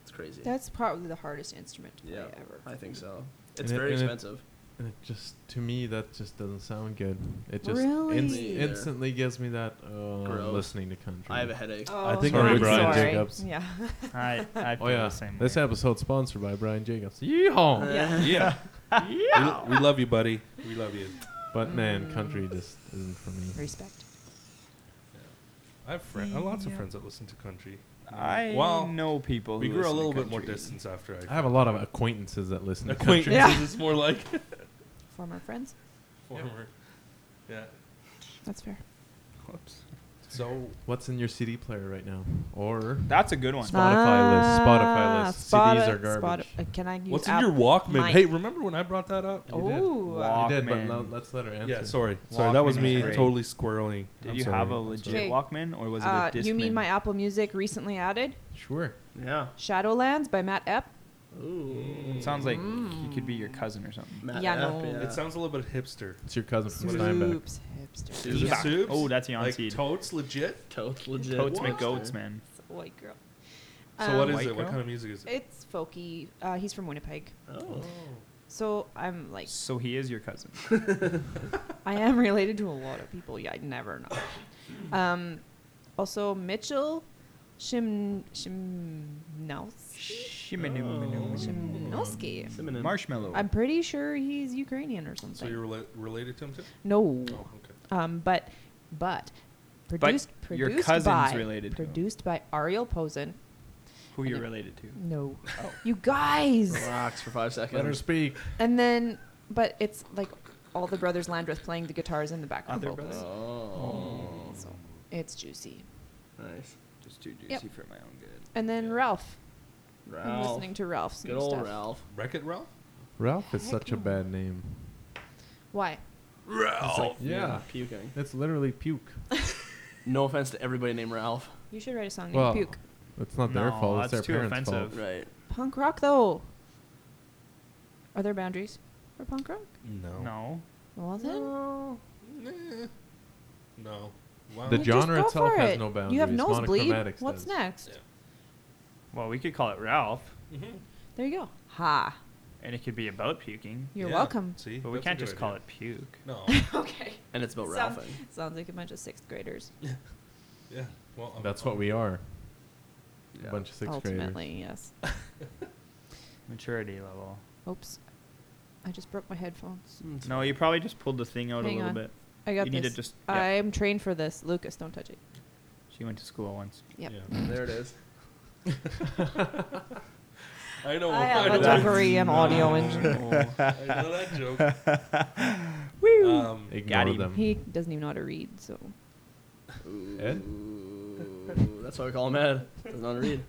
[SPEAKER 2] It's crazy.
[SPEAKER 5] that's probably the hardest instrument to play
[SPEAKER 2] yeah,
[SPEAKER 5] ever.
[SPEAKER 2] I think so. It's
[SPEAKER 3] it-
[SPEAKER 2] very
[SPEAKER 3] and it-
[SPEAKER 2] expensive.
[SPEAKER 3] And it just to me that just doesn't sound good. It just
[SPEAKER 5] Really?
[SPEAKER 3] inst-
[SPEAKER 2] Me either.
[SPEAKER 3] instantly gives me that uh,
[SPEAKER 2] Gross.
[SPEAKER 3] listening to country.
[SPEAKER 2] I have a headache.
[SPEAKER 5] Oh.
[SPEAKER 3] I think
[SPEAKER 5] I'm
[SPEAKER 3] I'm Brian
[SPEAKER 5] sorry.
[SPEAKER 3] Jacobs.
[SPEAKER 5] Yeah.
[SPEAKER 1] I, I
[SPEAKER 3] Oh
[SPEAKER 1] feel
[SPEAKER 3] yeah,
[SPEAKER 1] the same
[SPEAKER 3] this
[SPEAKER 1] way.
[SPEAKER 3] episode's sponsored by Brian Jacobs.
[SPEAKER 2] Oh. Uh,
[SPEAKER 3] Yeehaw!
[SPEAKER 5] Yeah.
[SPEAKER 4] Yeah. yeah. We, we love you, buddy. We love you.
[SPEAKER 3] But man, country just isn't for me.
[SPEAKER 5] Respect.
[SPEAKER 4] I have friends. I have lots of friends that listen to country.
[SPEAKER 1] I
[SPEAKER 4] Well,
[SPEAKER 1] know people.
[SPEAKER 4] We
[SPEAKER 1] who
[SPEAKER 4] grew a
[SPEAKER 1] listen to
[SPEAKER 4] little bit more
[SPEAKER 1] country.
[SPEAKER 4] distance after I.
[SPEAKER 3] I have a lot of acquaintances that listen to country.
[SPEAKER 4] acquaintances.
[SPEAKER 5] Yeah.
[SPEAKER 4] It's more like
[SPEAKER 5] Former friends.
[SPEAKER 4] former. Yeah.
[SPEAKER 5] That's fair.
[SPEAKER 1] Whoops.
[SPEAKER 4] So
[SPEAKER 3] What's in your CD player right now? Or
[SPEAKER 1] That's a good one.
[SPEAKER 3] Spotify list, Spotify list. CDs are
[SPEAKER 5] Spoti-
[SPEAKER 3] garbage.
[SPEAKER 5] Spoti- uh, can I use
[SPEAKER 4] what's in
[SPEAKER 5] app-
[SPEAKER 4] your Walkman?
[SPEAKER 5] mic.
[SPEAKER 4] Hey, remember when I brought that up?
[SPEAKER 3] You did.
[SPEAKER 5] Ooh.
[SPEAKER 1] Wow.
[SPEAKER 3] you did, but
[SPEAKER 1] Walkman.
[SPEAKER 3] no, let's let her answer.
[SPEAKER 4] Yeah. Sorry. Sorry. That was
[SPEAKER 1] Walkman
[SPEAKER 4] me
[SPEAKER 1] is great.
[SPEAKER 4] totally squirreling.
[SPEAKER 1] Did
[SPEAKER 4] I'm
[SPEAKER 1] you
[SPEAKER 4] sorry.
[SPEAKER 1] have a
[SPEAKER 4] I'm sorry.
[SPEAKER 5] Okay.
[SPEAKER 1] legit Walkman, or was it
[SPEAKER 5] Uh,
[SPEAKER 1] a Discman?
[SPEAKER 5] you mean my Apple Music recently added?
[SPEAKER 3] Sure.
[SPEAKER 2] Yeah.
[SPEAKER 5] Shadowlands by Matt Epp.
[SPEAKER 2] Ooh.
[SPEAKER 1] It sounds like he could
[SPEAKER 5] Mm.
[SPEAKER 1] be your cousin or something.
[SPEAKER 2] Matt
[SPEAKER 5] Yeah,
[SPEAKER 2] F,
[SPEAKER 5] no.
[SPEAKER 2] yeah.
[SPEAKER 4] It sounds a little bit hipster.
[SPEAKER 3] It's your cousin from Steinbeck.
[SPEAKER 5] Oops, hipster.
[SPEAKER 4] Is it
[SPEAKER 5] Yeah.
[SPEAKER 4] soup?
[SPEAKER 1] Oh, that's Yon
[SPEAKER 4] Like
[SPEAKER 1] Seed.
[SPEAKER 4] totes, legit.
[SPEAKER 2] totes legit.
[SPEAKER 1] Totes
[SPEAKER 4] What?
[SPEAKER 1] make Oh, goats, man.
[SPEAKER 5] White girl.
[SPEAKER 4] So what
[SPEAKER 5] Um,
[SPEAKER 4] is
[SPEAKER 1] White
[SPEAKER 4] it? What
[SPEAKER 1] girl?
[SPEAKER 4] kind of music is it?
[SPEAKER 5] It's folky. Uh, he's from Winnipeg.
[SPEAKER 2] Oh.
[SPEAKER 5] So I'm like,
[SPEAKER 1] So he is your cousin.
[SPEAKER 5] I am related to a lot of people. Yeah, I never know. Um, also, Mitchell Shim Shimnowski.
[SPEAKER 1] Oh.
[SPEAKER 5] Shimnowski.
[SPEAKER 2] Cinnamon.
[SPEAKER 1] Marshmallow.
[SPEAKER 5] I'm pretty sure he's Ukrainian or
[SPEAKER 4] So
[SPEAKER 5] something.
[SPEAKER 4] you're rela- related to him too?
[SPEAKER 5] no,
[SPEAKER 1] Mm.
[SPEAKER 4] Oh, okay.
[SPEAKER 5] um, but but produced
[SPEAKER 1] your
[SPEAKER 5] produced
[SPEAKER 1] cousin's
[SPEAKER 5] by
[SPEAKER 1] related to him.
[SPEAKER 5] produced by Ariel Posen.
[SPEAKER 1] Who you're related to?
[SPEAKER 5] No,
[SPEAKER 1] Oh.
[SPEAKER 5] you guys.
[SPEAKER 2] Relax for five
[SPEAKER 3] Let her
[SPEAKER 2] seconds.
[SPEAKER 3] speak.
[SPEAKER 5] And then, but it's like all the brothers Landreth playing the guitars in the background
[SPEAKER 1] Other
[SPEAKER 5] vocals.
[SPEAKER 1] brothers.
[SPEAKER 2] Oh.
[SPEAKER 5] So it's juicy.
[SPEAKER 2] Nice.
[SPEAKER 1] Just too juicy
[SPEAKER 5] Yep.
[SPEAKER 1] for my own good.
[SPEAKER 5] And then Ralph. I'm
[SPEAKER 2] Ralph.
[SPEAKER 5] listening to Ralph's
[SPEAKER 2] Good
[SPEAKER 5] new
[SPEAKER 2] old
[SPEAKER 5] stuff.
[SPEAKER 2] Ralph.
[SPEAKER 4] Wreck It Ralph?
[SPEAKER 3] Ralph is
[SPEAKER 5] Heck
[SPEAKER 3] such a
[SPEAKER 5] no.
[SPEAKER 3] bad name.
[SPEAKER 5] Why?
[SPEAKER 2] It's like,
[SPEAKER 3] Yeah.
[SPEAKER 2] Puking.
[SPEAKER 3] It's literally puke.
[SPEAKER 2] No offense to everybody named Ralph.
[SPEAKER 5] You should write a song named
[SPEAKER 3] Well,
[SPEAKER 5] Puke.
[SPEAKER 3] It's not their
[SPEAKER 1] No,
[SPEAKER 3] fault. It's their
[SPEAKER 1] that's too
[SPEAKER 3] parents'
[SPEAKER 1] offensive.
[SPEAKER 3] fault.
[SPEAKER 2] Right.
[SPEAKER 5] Punk rock, though. Are there boundaries for punk rock?
[SPEAKER 4] No.
[SPEAKER 1] No.
[SPEAKER 5] Well, then.
[SPEAKER 4] Nah. No. Wow.
[SPEAKER 3] The
[SPEAKER 5] then just
[SPEAKER 3] genre
[SPEAKER 5] go
[SPEAKER 3] itself
[SPEAKER 5] for
[SPEAKER 3] has
[SPEAKER 5] it.
[SPEAKER 3] no
[SPEAKER 5] You have
[SPEAKER 3] boundaries.
[SPEAKER 5] nosebleed.
[SPEAKER 3] Monochromatics
[SPEAKER 5] What's
[SPEAKER 3] does.
[SPEAKER 5] next?
[SPEAKER 4] Yeah.
[SPEAKER 1] Well, we could call it Ralph.
[SPEAKER 4] Mhm.
[SPEAKER 5] There you go. Ha.
[SPEAKER 1] and it could be about puking,
[SPEAKER 5] You're
[SPEAKER 4] Yeah,
[SPEAKER 5] welcome.
[SPEAKER 4] See,
[SPEAKER 1] but we
[SPEAKER 4] That's a
[SPEAKER 1] can't
[SPEAKER 4] good
[SPEAKER 1] just call
[SPEAKER 4] idea.
[SPEAKER 1] it puke.
[SPEAKER 4] No.
[SPEAKER 5] okay.
[SPEAKER 2] And it's about
[SPEAKER 5] Sound-
[SPEAKER 2] Ralphing.
[SPEAKER 5] Sounds like a bunch of sixth graders.
[SPEAKER 4] Yeah. Well, I'm-
[SPEAKER 3] That's what we are.
[SPEAKER 2] Yeah.
[SPEAKER 3] A bunch of sixth graders.
[SPEAKER 5] ultimately, yes.
[SPEAKER 1] Maturity level.
[SPEAKER 5] Oops. I just broke my headphones.
[SPEAKER 2] Mm,
[SPEAKER 1] No, you probably just pulled the thing out
[SPEAKER 5] Hang
[SPEAKER 1] a little
[SPEAKER 5] on.
[SPEAKER 1] bit.
[SPEAKER 5] I got
[SPEAKER 1] you
[SPEAKER 5] this.
[SPEAKER 1] need to just. yeah.
[SPEAKER 5] I'm trained for this. Lucas, don't touch it.
[SPEAKER 1] She went to school once.
[SPEAKER 5] Yep.
[SPEAKER 4] Yeah.
[SPEAKER 2] There it is.
[SPEAKER 4] I know.
[SPEAKER 5] I have
[SPEAKER 4] know
[SPEAKER 5] a
[SPEAKER 4] that.
[SPEAKER 5] degree in audio engineering.
[SPEAKER 4] I know that joke. Um,
[SPEAKER 1] Got
[SPEAKER 3] Ignore
[SPEAKER 1] him.
[SPEAKER 3] them.
[SPEAKER 5] He doesn't even know how to read, so
[SPEAKER 3] Ed?
[SPEAKER 2] Ooh, that's why we call him Ed. Doesn't know how to read.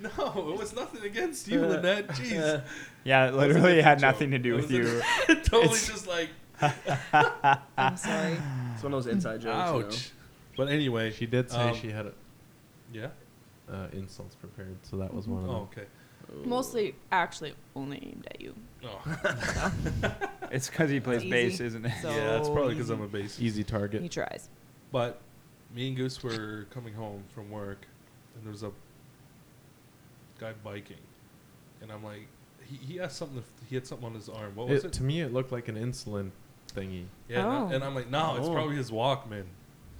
[SPEAKER 4] no, it was nothing against you, Lynette. Jeez.
[SPEAKER 1] Yeah, it
[SPEAKER 4] That was a
[SPEAKER 1] literally
[SPEAKER 4] different
[SPEAKER 1] had
[SPEAKER 4] joke.
[SPEAKER 1] nothing to do
[SPEAKER 4] That
[SPEAKER 1] with
[SPEAKER 4] was a
[SPEAKER 1] you.
[SPEAKER 4] totally
[SPEAKER 1] It's-
[SPEAKER 4] just like,
[SPEAKER 5] I'm sorry.
[SPEAKER 2] It's one of those inside jokes. you know.
[SPEAKER 4] ouch. But anyway,
[SPEAKER 3] She did say
[SPEAKER 4] Um,
[SPEAKER 3] she had
[SPEAKER 4] yeah.
[SPEAKER 3] uh, insults prepared, so that was one of them.
[SPEAKER 4] Oh, okay.
[SPEAKER 5] Mostly, actually, only aimed at you.
[SPEAKER 4] Oh.
[SPEAKER 1] It's because he plays
[SPEAKER 5] Easy.
[SPEAKER 1] bass, isn't it?
[SPEAKER 5] So
[SPEAKER 4] yeah, it's probably because I'm a bass.
[SPEAKER 3] Easy target.
[SPEAKER 5] He tries.
[SPEAKER 4] But me and Goose were coming home from work, and there was a guy biking, and I'm like, he, he asked something. If he had something on his arm. What was
[SPEAKER 3] It-
[SPEAKER 4] it?
[SPEAKER 3] To me, it looked like an insulin thingy.
[SPEAKER 4] Yeah, and I-
[SPEAKER 5] Oh.
[SPEAKER 4] and I'm like, no, it's
[SPEAKER 2] Oh.
[SPEAKER 4] probably his Walkman.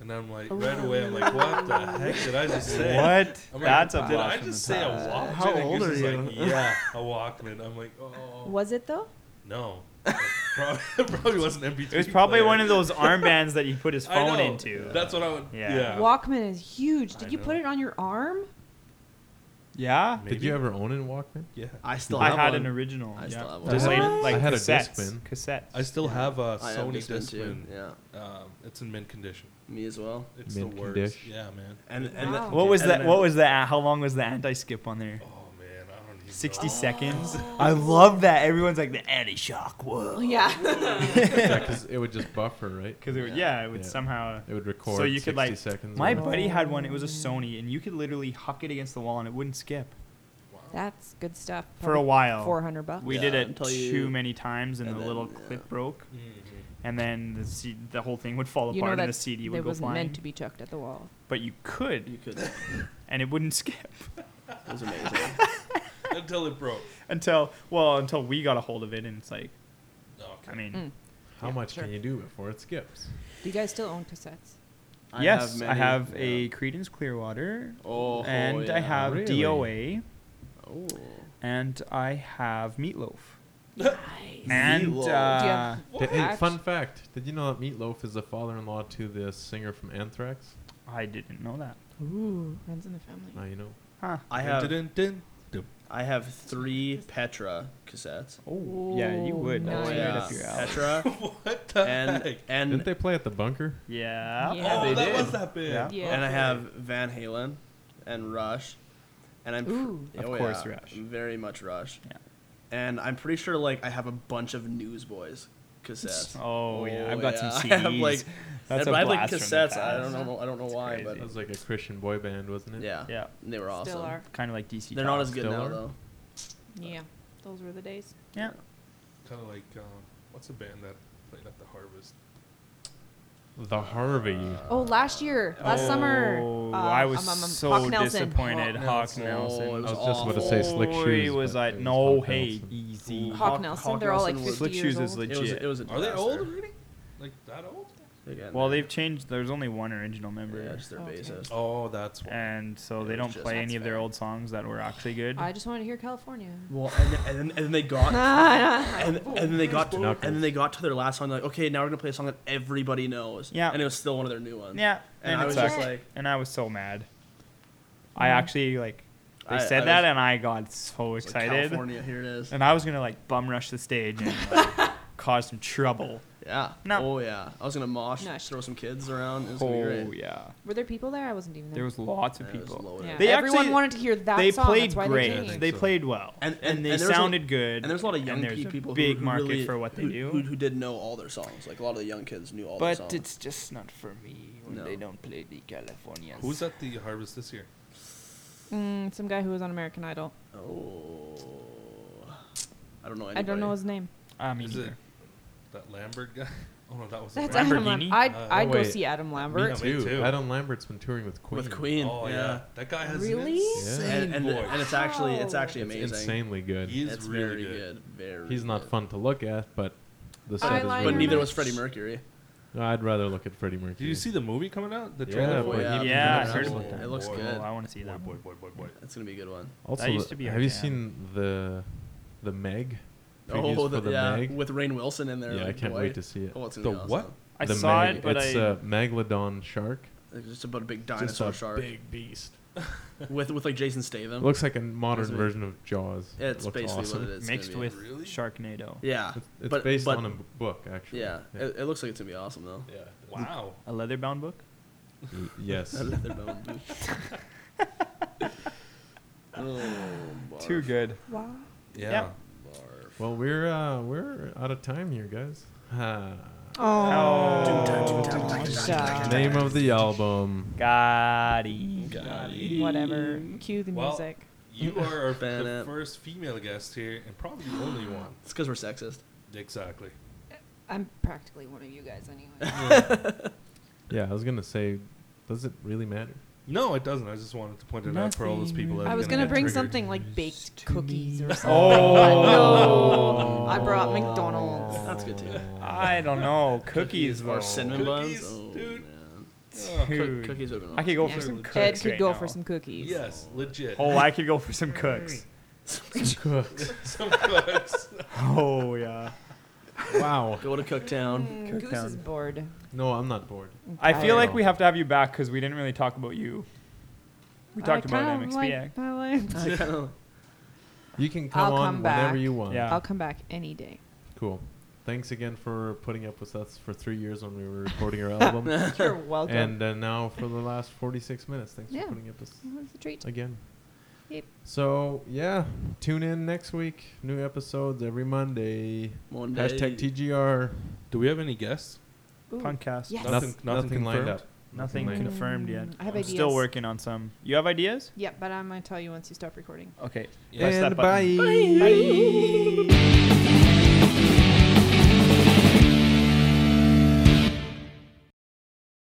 [SPEAKER 4] And I'm like, right away, I'm like, what the heck did I just say?
[SPEAKER 1] What?
[SPEAKER 4] I'm like,
[SPEAKER 1] That's a
[SPEAKER 4] did
[SPEAKER 1] blast
[SPEAKER 4] I
[SPEAKER 1] from the
[SPEAKER 4] just say a
[SPEAKER 1] past.
[SPEAKER 4] Walkman?
[SPEAKER 2] How
[SPEAKER 4] And
[SPEAKER 2] old
[SPEAKER 4] Goose
[SPEAKER 2] are
[SPEAKER 4] is like,
[SPEAKER 2] you?
[SPEAKER 4] yeah, a Walkman. I'm like, oh,
[SPEAKER 5] Was it though?
[SPEAKER 4] no, It probably, it probably wasn't MP3.
[SPEAKER 1] It was probably
[SPEAKER 4] player.
[SPEAKER 1] one of those armbands that he put his
[SPEAKER 4] I
[SPEAKER 1] phone
[SPEAKER 4] know.
[SPEAKER 1] into.
[SPEAKER 4] That's what I would.
[SPEAKER 1] Yeah.
[SPEAKER 4] Yeah.
[SPEAKER 5] Walkman is huge. Did
[SPEAKER 4] I
[SPEAKER 5] you put
[SPEAKER 4] know.
[SPEAKER 5] it on your arm?
[SPEAKER 1] yeah.
[SPEAKER 3] Did you ever own a Walkman?
[SPEAKER 4] Yeah.
[SPEAKER 2] I still
[SPEAKER 1] I
[SPEAKER 2] have
[SPEAKER 1] had an
[SPEAKER 2] one.
[SPEAKER 1] original.
[SPEAKER 2] I still have
[SPEAKER 1] They
[SPEAKER 2] one.
[SPEAKER 1] played it like
[SPEAKER 3] I had a
[SPEAKER 1] cassettes.
[SPEAKER 3] Discman.
[SPEAKER 1] Cassettes.
[SPEAKER 4] I still
[SPEAKER 2] Yeah.
[SPEAKER 4] have a
[SPEAKER 2] I have
[SPEAKER 4] Sony
[SPEAKER 2] this one too.
[SPEAKER 4] Discman.
[SPEAKER 2] Yeah,
[SPEAKER 4] Um, it's in mint condition.
[SPEAKER 2] me as well.
[SPEAKER 4] It's
[SPEAKER 3] Mint
[SPEAKER 4] the worst.
[SPEAKER 3] condition.
[SPEAKER 4] Yeah, man.
[SPEAKER 2] And
[SPEAKER 5] and
[SPEAKER 2] and
[SPEAKER 5] the- Wow.
[SPEAKER 1] what was
[SPEAKER 2] and
[SPEAKER 1] that?
[SPEAKER 2] then-
[SPEAKER 1] What was that? How long was the anti-skip on there?
[SPEAKER 4] Oh man, I don't even.
[SPEAKER 1] 60
[SPEAKER 5] Oh.
[SPEAKER 4] know.
[SPEAKER 1] seconds. I love that. Everyone's like the anti-shock.
[SPEAKER 5] Oh.
[SPEAKER 1] Whoa.
[SPEAKER 5] yeah.
[SPEAKER 3] yeah, because it would just buffer, right?
[SPEAKER 1] Because it would, yeah, it would
[SPEAKER 3] Yeah.
[SPEAKER 1] somehow.
[SPEAKER 3] It would record
[SPEAKER 1] you
[SPEAKER 3] 60
[SPEAKER 1] could, like,
[SPEAKER 3] seconds.
[SPEAKER 1] My
[SPEAKER 3] or whatever.
[SPEAKER 1] buddy had one. It was a
[SPEAKER 5] Oh,
[SPEAKER 1] Sony, and you could literally huck it against the wall, and it wouldn't skip
[SPEAKER 4] Wow.
[SPEAKER 5] That's good stuff.
[SPEAKER 1] for a while.
[SPEAKER 5] Four hundred bucks.
[SPEAKER 1] We
[SPEAKER 2] Yeah,
[SPEAKER 1] did it
[SPEAKER 2] until
[SPEAKER 1] too
[SPEAKER 2] you-
[SPEAKER 1] many times, and,
[SPEAKER 2] and
[SPEAKER 1] the
[SPEAKER 2] then,
[SPEAKER 1] little
[SPEAKER 2] yeah.
[SPEAKER 1] clip broke,
[SPEAKER 4] Mhm.
[SPEAKER 1] and then the C- the whole thing would fall
[SPEAKER 5] You know
[SPEAKER 1] apart,
[SPEAKER 5] that
[SPEAKER 1] and the CD
[SPEAKER 5] it
[SPEAKER 1] would go
[SPEAKER 5] wasn't
[SPEAKER 1] flying.
[SPEAKER 5] meant to be chucked at the wall.
[SPEAKER 1] But you
[SPEAKER 2] You
[SPEAKER 1] could,
[SPEAKER 2] could. It
[SPEAKER 1] and it wouldn't skip
[SPEAKER 2] was amazing.
[SPEAKER 4] Until it broke.
[SPEAKER 1] until well until we got a hold of it, and it's like
[SPEAKER 4] Okay.
[SPEAKER 1] I mean,
[SPEAKER 5] Mm.
[SPEAKER 3] How
[SPEAKER 1] Yeah,
[SPEAKER 3] much
[SPEAKER 1] sure.
[SPEAKER 3] can you do before it skips?
[SPEAKER 5] Do you guys still own cassettes?
[SPEAKER 1] yes, I
[SPEAKER 2] many-
[SPEAKER 1] have
[SPEAKER 2] yeah.
[SPEAKER 1] a Credence Clearwater,
[SPEAKER 2] Oh,
[SPEAKER 1] and I
[SPEAKER 2] yeah.
[SPEAKER 1] have
[SPEAKER 3] Really?
[SPEAKER 1] DOA,
[SPEAKER 2] Oh.
[SPEAKER 1] and I have Meatloaf,
[SPEAKER 5] Nice.
[SPEAKER 1] and
[SPEAKER 2] Meatloaf.
[SPEAKER 5] Do you
[SPEAKER 1] uh,
[SPEAKER 5] have-
[SPEAKER 3] Did- hey,
[SPEAKER 5] Act-
[SPEAKER 3] fun fact. Did you know that Meatloaf is the father-in-law to the singer from Anthrax?
[SPEAKER 1] I didn't know that.
[SPEAKER 5] Ooh, runs in the family.
[SPEAKER 3] Now you know.
[SPEAKER 1] Huh.
[SPEAKER 2] I have
[SPEAKER 4] Dun, dun, dun.
[SPEAKER 2] I have three Petra cassettes.
[SPEAKER 1] Oh, yeah, you would. That's
[SPEAKER 5] Oh,
[SPEAKER 1] right
[SPEAKER 5] yeah.
[SPEAKER 1] up your alley.
[SPEAKER 2] Petra
[SPEAKER 4] What the
[SPEAKER 2] and
[SPEAKER 4] heck?
[SPEAKER 2] and
[SPEAKER 3] Didn't they play at the bunker?
[SPEAKER 1] Yeah.
[SPEAKER 5] Yeah,
[SPEAKER 4] oh,
[SPEAKER 2] they
[SPEAKER 4] that
[SPEAKER 2] did.
[SPEAKER 4] was that big.
[SPEAKER 1] Yeah.
[SPEAKER 5] Yeah.
[SPEAKER 2] and I have Van Halen and Rush, and I'm pr-
[SPEAKER 5] Ooh.
[SPEAKER 1] Of
[SPEAKER 2] oh,
[SPEAKER 1] course
[SPEAKER 2] yeah,
[SPEAKER 1] Rush.
[SPEAKER 2] very much Rush.
[SPEAKER 1] Yeah.
[SPEAKER 2] And I'm pretty sure like I have a bunch of Newsboys cassettes.
[SPEAKER 1] Oh yeah, I've got some CDs.
[SPEAKER 2] I have like,
[SPEAKER 1] That's
[SPEAKER 2] and-
[SPEAKER 1] a
[SPEAKER 2] but I have like
[SPEAKER 1] blast from the
[SPEAKER 2] cassettes. I don't
[SPEAKER 1] past.
[SPEAKER 2] know. I don't know
[SPEAKER 1] It's
[SPEAKER 2] why,
[SPEAKER 3] That
[SPEAKER 1] crazy.
[SPEAKER 3] was like a Christian boy band, wasn't
[SPEAKER 2] but
[SPEAKER 3] it?
[SPEAKER 2] yeah,
[SPEAKER 1] Yeah,
[SPEAKER 2] they were awesome.
[SPEAKER 5] Still are.
[SPEAKER 1] kind of like DC.
[SPEAKER 2] They're not
[SPEAKER 1] Talk.
[SPEAKER 2] as good
[SPEAKER 3] Still
[SPEAKER 2] now
[SPEAKER 3] are?
[SPEAKER 2] though.
[SPEAKER 5] Yeah. Those were the days.
[SPEAKER 1] Yeah.
[SPEAKER 4] Kind of like, um, what's a band that played at the Harvest?
[SPEAKER 3] The
[SPEAKER 2] Uh,
[SPEAKER 3] Harvey.
[SPEAKER 5] Oh, last year, last summer.
[SPEAKER 1] Oh,
[SPEAKER 5] uh,
[SPEAKER 1] I was
[SPEAKER 5] um, um, um,
[SPEAKER 1] so
[SPEAKER 5] Hawk Nelson.
[SPEAKER 1] disappointed.
[SPEAKER 4] Hawk
[SPEAKER 1] Hawk
[SPEAKER 4] Nelson.
[SPEAKER 1] Nelson.
[SPEAKER 2] Oh, it
[SPEAKER 3] I was
[SPEAKER 2] was
[SPEAKER 3] just about to say Slick
[SPEAKER 1] Boy,
[SPEAKER 3] Shoes.
[SPEAKER 1] was
[SPEAKER 3] but
[SPEAKER 1] I
[SPEAKER 3] it was
[SPEAKER 1] no?
[SPEAKER 3] Hawk
[SPEAKER 1] Hey,
[SPEAKER 3] Nelson.
[SPEAKER 1] easy.
[SPEAKER 5] Hawk Nelson, they're all like
[SPEAKER 2] was-
[SPEAKER 5] 50
[SPEAKER 1] Slick
[SPEAKER 5] years
[SPEAKER 1] Shoes is
[SPEAKER 5] old.
[SPEAKER 1] legit.
[SPEAKER 2] It was. It was a
[SPEAKER 4] Are they old
[SPEAKER 2] disaster.
[SPEAKER 4] already? Like that old?
[SPEAKER 2] They're getting
[SPEAKER 1] well,
[SPEAKER 2] there.
[SPEAKER 1] they've changed. There's only one original member,
[SPEAKER 2] Yeah, just their
[SPEAKER 5] Okay.
[SPEAKER 2] bassist.
[SPEAKER 4] Oh, that's one.
[SPEAKER 1] and so
[SPEAKER 2] It
[SPEAKER 1] they
[SPEAKER 2] was
[SPEAKER 1] don't
[SPEAKER 2] just-
[SPEAKER 1] play
[SPEAKER 5] That's
[SPEAKER 1] any of their
[SPEAKER 5] fair.
[SPEAKER 1] old songs that were actually good.
[SPEAKER 5] I just wanted to hear California.
[SPEAKER 2] Well, and then, and then, and then they got.
[SPEAKER 5] Ah,
[SPEAKER 2] And, and then they got to, and then they got to their last song. Like, okay, now we're gonna play a song that everybody knows.
[SPEAKER 1] Yeah.
[SPEAKER 2] And it was still one of their new ones.
[SPEAKER 1] yeah,
[SPEAKER 2] And,
[SPEAKER 1] and,
[SPEAKER 2] I
[SPEAKER 1] it
[SPEAKER 2] was
[SPEAKER 1] sucked.
[SPEAKER 2] just like,
[SPEAKER 1] and I was so mad. I
[SPEAKER 5] Yeah.
[SPEAKER 1] actually like. They
[SPEAKER 2] I-
[SPEAKER 1] said
[SPEAKER 2] I
[SPEAKER 1] that,
[SPEAKER 2] was-
[SPEAKER 1] and I got so
[SPEAKER 2] it's like,
[SPEAKER 1] excited,
[SPEAKER 2] California, here it is.
[SPEAKER 1] and I was gonna like bum rush the stage and like, cause some trouble.
[SPEAKER 2] Yeah.
[SPEAKER 1] No.
[SPEAKER 2] Oh yeah. I was gonna mosh,
[SPEAKER 5] Nice.
[SPEAKER 2] throw some kids around. It was gonna be
[SPEAKER 1] Oh
[SPEAKER 2] great.
[SPEAKER 1] yeah,
[SPEAKER 5] Were there people there? I wasn't even there.
[SPEAKER 1] there was lots of
[SPEAKER 2] And it was
[SPEAKER 1] people.
[SPEAKER 2] loaded.
[SPEAKER 5] Yeah.
[SPEAKER 1] They
[SPEAKER 5] Everyone
[SPEAKER 1] actually-
[SPEAKER 5] wanted to hear that
[SPEAKER 1] they
[SPEAKER 5] song.
[SPEAKER 1] played
[SPEAKER 5] That's why
[SPEAKER 1] great.
[SPEAKER 5] they
[SPEAKER 4] Yeah,
[SPEAKER 5] came.
[SPEAKER 1] they
[SPEAKER 4] so.
[SPEAKER 1] played well,
[SPEAKER 2] And-
[SPEAKER 1] and,
[SPEAKER 2] and-
[SPEAKER 1] they
[SPEAKER 2] and there's a-
[SPEAKER 1] sounded good.
[SPEAKER 2] And there's a lot of young
[SPEAKER 1] there's
[SPEAKER 2] pe-
[SPEAKER 1] a
[SPEAKER 2] people
[SPEAKER 1] big
[SPEAKER 2] who, who
[SPEAKER 1] market
[SPEAKER 2] really-
[SPEAKER 1] for what they
[SPEAKER 2] who-
[SPEAKER 1] do.
[SPEAKER 2] Who, who did know all their songs. Like a lot of the young kids knew all their songs.
[SPEAKER 1] just not for me
[SPEAKER 2] when No. they
[SPEAKER 1] don't play the Californias.
[SPEAKER 4] Who's at the Harvest this year?
[SPEAKER 5] Mm, some guy who was on American Idol.
[SPEAKER 2] oh. I don't know. Anybody.
[SPEAKER 5] I don't know his name.
[SPEAKER 1] I mean,
[SPEAKER 4] Is it that Lambert guy? Oh no, that was
[SPEAKER 5] That's
[SPEAKER 4] Lambert.
[SPEAKER 5] Adam
[SPEAKER 1] Lamborghini?
[SPEAKER 5] Lambert. I'd,
[SPEAKER 4] Uh,
[SPEAKER 5] I'd go
[SPEAKER 3] wait.
[SPEAKER 5] see Adam
[SPEAKER 4] Me
[SPEAKER 5] Lambert.
[SPEAKER 4] too.
[SPEAKER 3] Adam Lambert's been touring with Queen.
[SPEAKER 2] with Queen.
[SPEAKER 4] Oh yeah. that guy has
[SPEAKER 5] Really?
[SPEAKER 4] an
[SPEAKER 5] Yeah.
[SPEAKER 4] insane
[SPEAKER 2] And, and,
[SPEAKER 4] voice.
[SPEAKER 2] and it's actually it's
[SPEAKER 5] Wow.
[SPEAKER 2] actually
[SPEAKER 3] It's
[SPEAKER 2] amazing.
[SPEAKER 3] insanely good.
[SPEAKER 4] He is
[SPEAKER 2] it's
[SPEAKER 4] really
[SPEAKER 2] very
[SPEAKER 4] good.
[SPEAKER 2] good. Very.
[SPEAKER 3] He's not
[SPEAKER 2] good.
[SPEAKER 3] fun to look at, but the set is
[SPEAKER 5] Eyeliner
[SPEAKER 3] really
[SPEAKER 2] But neither
[SPEAKER 3] good.
[SPEAKER 2] was Freddie Mercury. Oh,
[SPEAKER 3] No, I'd rather look at Freddie Mercury.
[SPEAKER 4] Did you see the movie coming out? The
[SPEAKER 3] Yeah,
[SPEAKER 4] trailer for
[SPEAKER 3] but
[SPEAKER 4] it?
[SPEAKER 2] Yeah,
[SPEAKER 3] he-
[SPEAKER 1] yeah, I
[SPEAKER 3] he-
[SPEAKER 1] heard
[SPEAKER 4] Oh,
[SPEAKER 1] about that.
[SPEAKER 2] It looks
[SPEAKER 1] Oh,
[SPEAKER 2] good.
[SPEAKER 1] I want to see
[SPEAKER 4] Boy,
[SPEAKER 1] that.
[SPEAKER 4] boy,
[SPEAKER 1] one.
[SPEAKER 4] boy, boy, boy.
[SPEAKER 2] That's gonna be a good one.
[SPEAKER 3] Also,
[SPEAKER 1] That used
[SPEAKER 3] the-
[SPEAKER 1] to be
[SPEAKER 3] have
[SPEAKER 1] our
[SPEAKER 3] you
[SPEAKER 1] jam.
[SPEAKER 3] seen the the Meg? previews
[SPEAKER 2] Oh,
[SPEAKER 3] for
[SPEAKER 2] the,
[SPEAKER 3] the
[SPEAKER 2] yeah,
[SPEAKER 3] Meg?
[SPEAKER 2] with Rain Wilson in there.
[SPEAKER 3] yeah, I
[SPEAKER 2] like,
[SPEAKER 3] can't
[SPEAKER 2] boy.
[SPEAKER 3] wait to see it.
[SPEAKER 2] Oh, it's gonna
[SPEAKER 4] The
[SPEAKER 2] be awesome.
[SPEAKER 4] what?
[SPEAKER 1] I
[SPEAKER 3] The
[SPEAKER 1] saw
[SPEAKER 3] Meg.
[SPEAKER 1] it, but
[SPEAKER 3] it's uh,
[SPEAKER 1] I
[SPEAKER 3] a megalodon shark.
[SPEAKER 2] It's just about a big
[SPEAKER 3] Just
[SPEAKER 2] dinosaur
[SPEAKER 3] a
[SPEAKER 2] shark
[SPEAKER 3] big beast.
[SPEAKER 2] with with like Jason Statham.
[SPEAKER 3] It looks like a modern
[SPEAKER 2] Is it-
[SPEAKER 3] version of Jaws. It
[SPEAKER 2] it's
[SPEAKER 3] looks
[SPEAKER 2] basically
[SPEAKER 3] awesome.
[SPEAKER 2] what it is. It's gonna
[SPEAKER 1] mixed
[SPEAKER 2] be.
[SPEAKER 1] with
[SPEAKER 4] Really?
[SPEAKER 1] Sharknado.
[SPEAKER 2] Yeah,
[SPEAKER 3] It's, it's
[SPEAKER 2] but-
[SPEAKER 3] based
[SPEAKER 2] but-
[SPEAKER 3] on a b- book, actually.
[SPEAKER 2] yeah. Uh, It, it looks like it's gonna be awesome though.
[SPEAKER 4] Yeah. Wow.
[SPEAKER 1] A leather-bound book.
[SPEAKER 3] Y- yes.
[SPEAKER 2] Leather bone, dude. oh, barf,
[SPEAKER 1] good.
[SPEAKER 5] Wow.
[SPEAKER 4] Yeah.
[SPEAKER 1] Yep.
[SPEAKER 2] barf.
[SPEAKER 3] well, we're uh, we're out of time here, guys. Ha.
[SPEAKER 5] Oh,
[SPEAKER 1] Oh.
[SPEAKER 5] Shucks.
[SPEAKER 3] Name of the album.
[SPEAKER 1] Gotti.
[SPEAKER 5] Whatever. Cue the
[SPEAKER 4] Well,
[SPEAKER 5] music.
[SPEAKER 4] You are our, the
[SPEAKER 2] Ba-da.
[SPEAKER 4] first female guest here, and probably the only one.
[SPEAKER 2] It's because we're sexist.
[SPEAKER 4] Exactly.
[SPEAKER 5] I'm practically one of you guys anyway.
[SPEAKER 3] Yeah, I was gonna say, does it really matter?
[SPEAKER 4] No, it doesn't. I just wanted to point it out for all those people. That
[SPEAKER 5] I
[SPEAKER 4] are
[SPEAKER 5] was
[SPEAKER 4] gonna
[SPEAKER 5] gonna
[SPEAKER 4] get
[SPEAKER 5] bring
[SPEAKER 4] triggered.
[SPEAKER 5] something like baked cookies or something.
[SPEAKER 1] Oh.
[SPEAKER 5] no. I brought McDonald's.
[SPEAKER 4] Oh.
[SPEAKER 2] That's good too.
[SPEAKER 1] I don't know. Cookies
[SPEAKER 2] or
[SPEAKER 1] though.
[SPEAKER 2] cinnamon
[SPEAKER 4] Cookies,
[SPEAKER 2] buns. Oh,
[SPEAKER 4] dude.
[SPEAKER 2] man.
[SPEAKER 4] Oh,
[SPEAKER 1] Dude.
[SPEAKER 2] Cook- cookies would have been
[SPEAKER 1] I could go
[SPEAKER 5] Yeah,
[SPEAKER 1] for some
[SPEAKER 5] Ed
[SPEAKER 1] cookies.
[SPEAKER 5] Ed could
[SPEAKER 1] right
[SPEAKER 5] go
[SPEAKER 1] now.
[SPEAKER 5] for some cookies.
[SPEAKER 4] Yes, legit.
[SPEAKER 1] Oh, I could go for some cooks.
[SPEAKER 3] Cooks.
[SPEAKER 4] Some cooks.
[SPEAKER 1] Oh yeah.
[SPEAKER 3] Wow.
[SPEAKER 2] go to Cooktown.
[SPEAKER 5] Mm,
[SPEAKER 1] Cook
[SPEAKER 5] Goose
[SPEAKER 1] down.
[SPEAKER 5] is bored.
[SPEAKER 3] No, I'm not bored.
[SPEAKER 5] I'm
[SPEAKER 1] I
[SPEAKER 5] tired.
[SPEAKER 1] feel like we have to have you back because we didn't really talk about you. We
[SPEAKER 5] I
[SPEAKER 1] talked about
[SPEAKER 5] kinda like-
[SPEAKER 1] MXPX.
[SPEAKER 5] I like-
[SPEAKER 2] I kinda-
[SPEAKER 3] You can come
[SPEAKER 5] I'll
[SPEAKER 3] on
[SPEAKER 5] come
[SPEAKER 3] whenever
[SPEAKER 5] back.
[SPEAKER 3] you want.
[SPEAKER 1] Yeah.
[SPEAKER 5] I'll come back any day.
[SPEAKER 3] Cool. Thanks again for putting up with us for three years when we were recording our album,
[SPEAKER 5] You're welcome.
[SPEAKER 3] and uh, now for the last 46 minutes. Thanks
[SPEAKER 5] Yeah.
[SPEAKER 3] for putting up with us
[SPEAKER 5] Well, it's a treat.
[SPEAKER 3] again.
[SPEAKER 5] Yep.
[SPEAKER 3] So yeah, tune in next week. New episodes every Monday.
[SPEAKER 2] One day.
[SPEAKER 3] Hashtag TGR.
[SPEAKER 4] Do we have any guests?
[SPEAKER 5] Ooh.
[SPEAKER 1] Punkcast.
[SPEAKER 5] Yes. Mm,
[SPEAKER 4] Nothing-
[SPEAKER 3] Noth-
[SPEAKER 4] nothing
[SPEAKER 3] lined
[SPEAKER 4] confirmed?
[SPEAKER 3] up.
[SPEAKER 1] Nothing
[SPEAKER 3] lined up.
[SPEAKER 1] confirmed yet.
[SPEAKER 5] I have
[SPEAKER 1] I'm
[SPEAKER 5] ideas.
[SPEAKER 1] still working on some. You have ideas?
[SPEAKER 5] Yeah, but I'm gonna tell you once you stop recording.
[SPEAKER 1] Okay.
[SPEAKER 4] Yeah.
[SPEAKER 1] Press that
[SPEAKER 3] And
[SPEAKER 1] button.
[SPEAKER 3] bye.
[SPEAKER 1] Bye.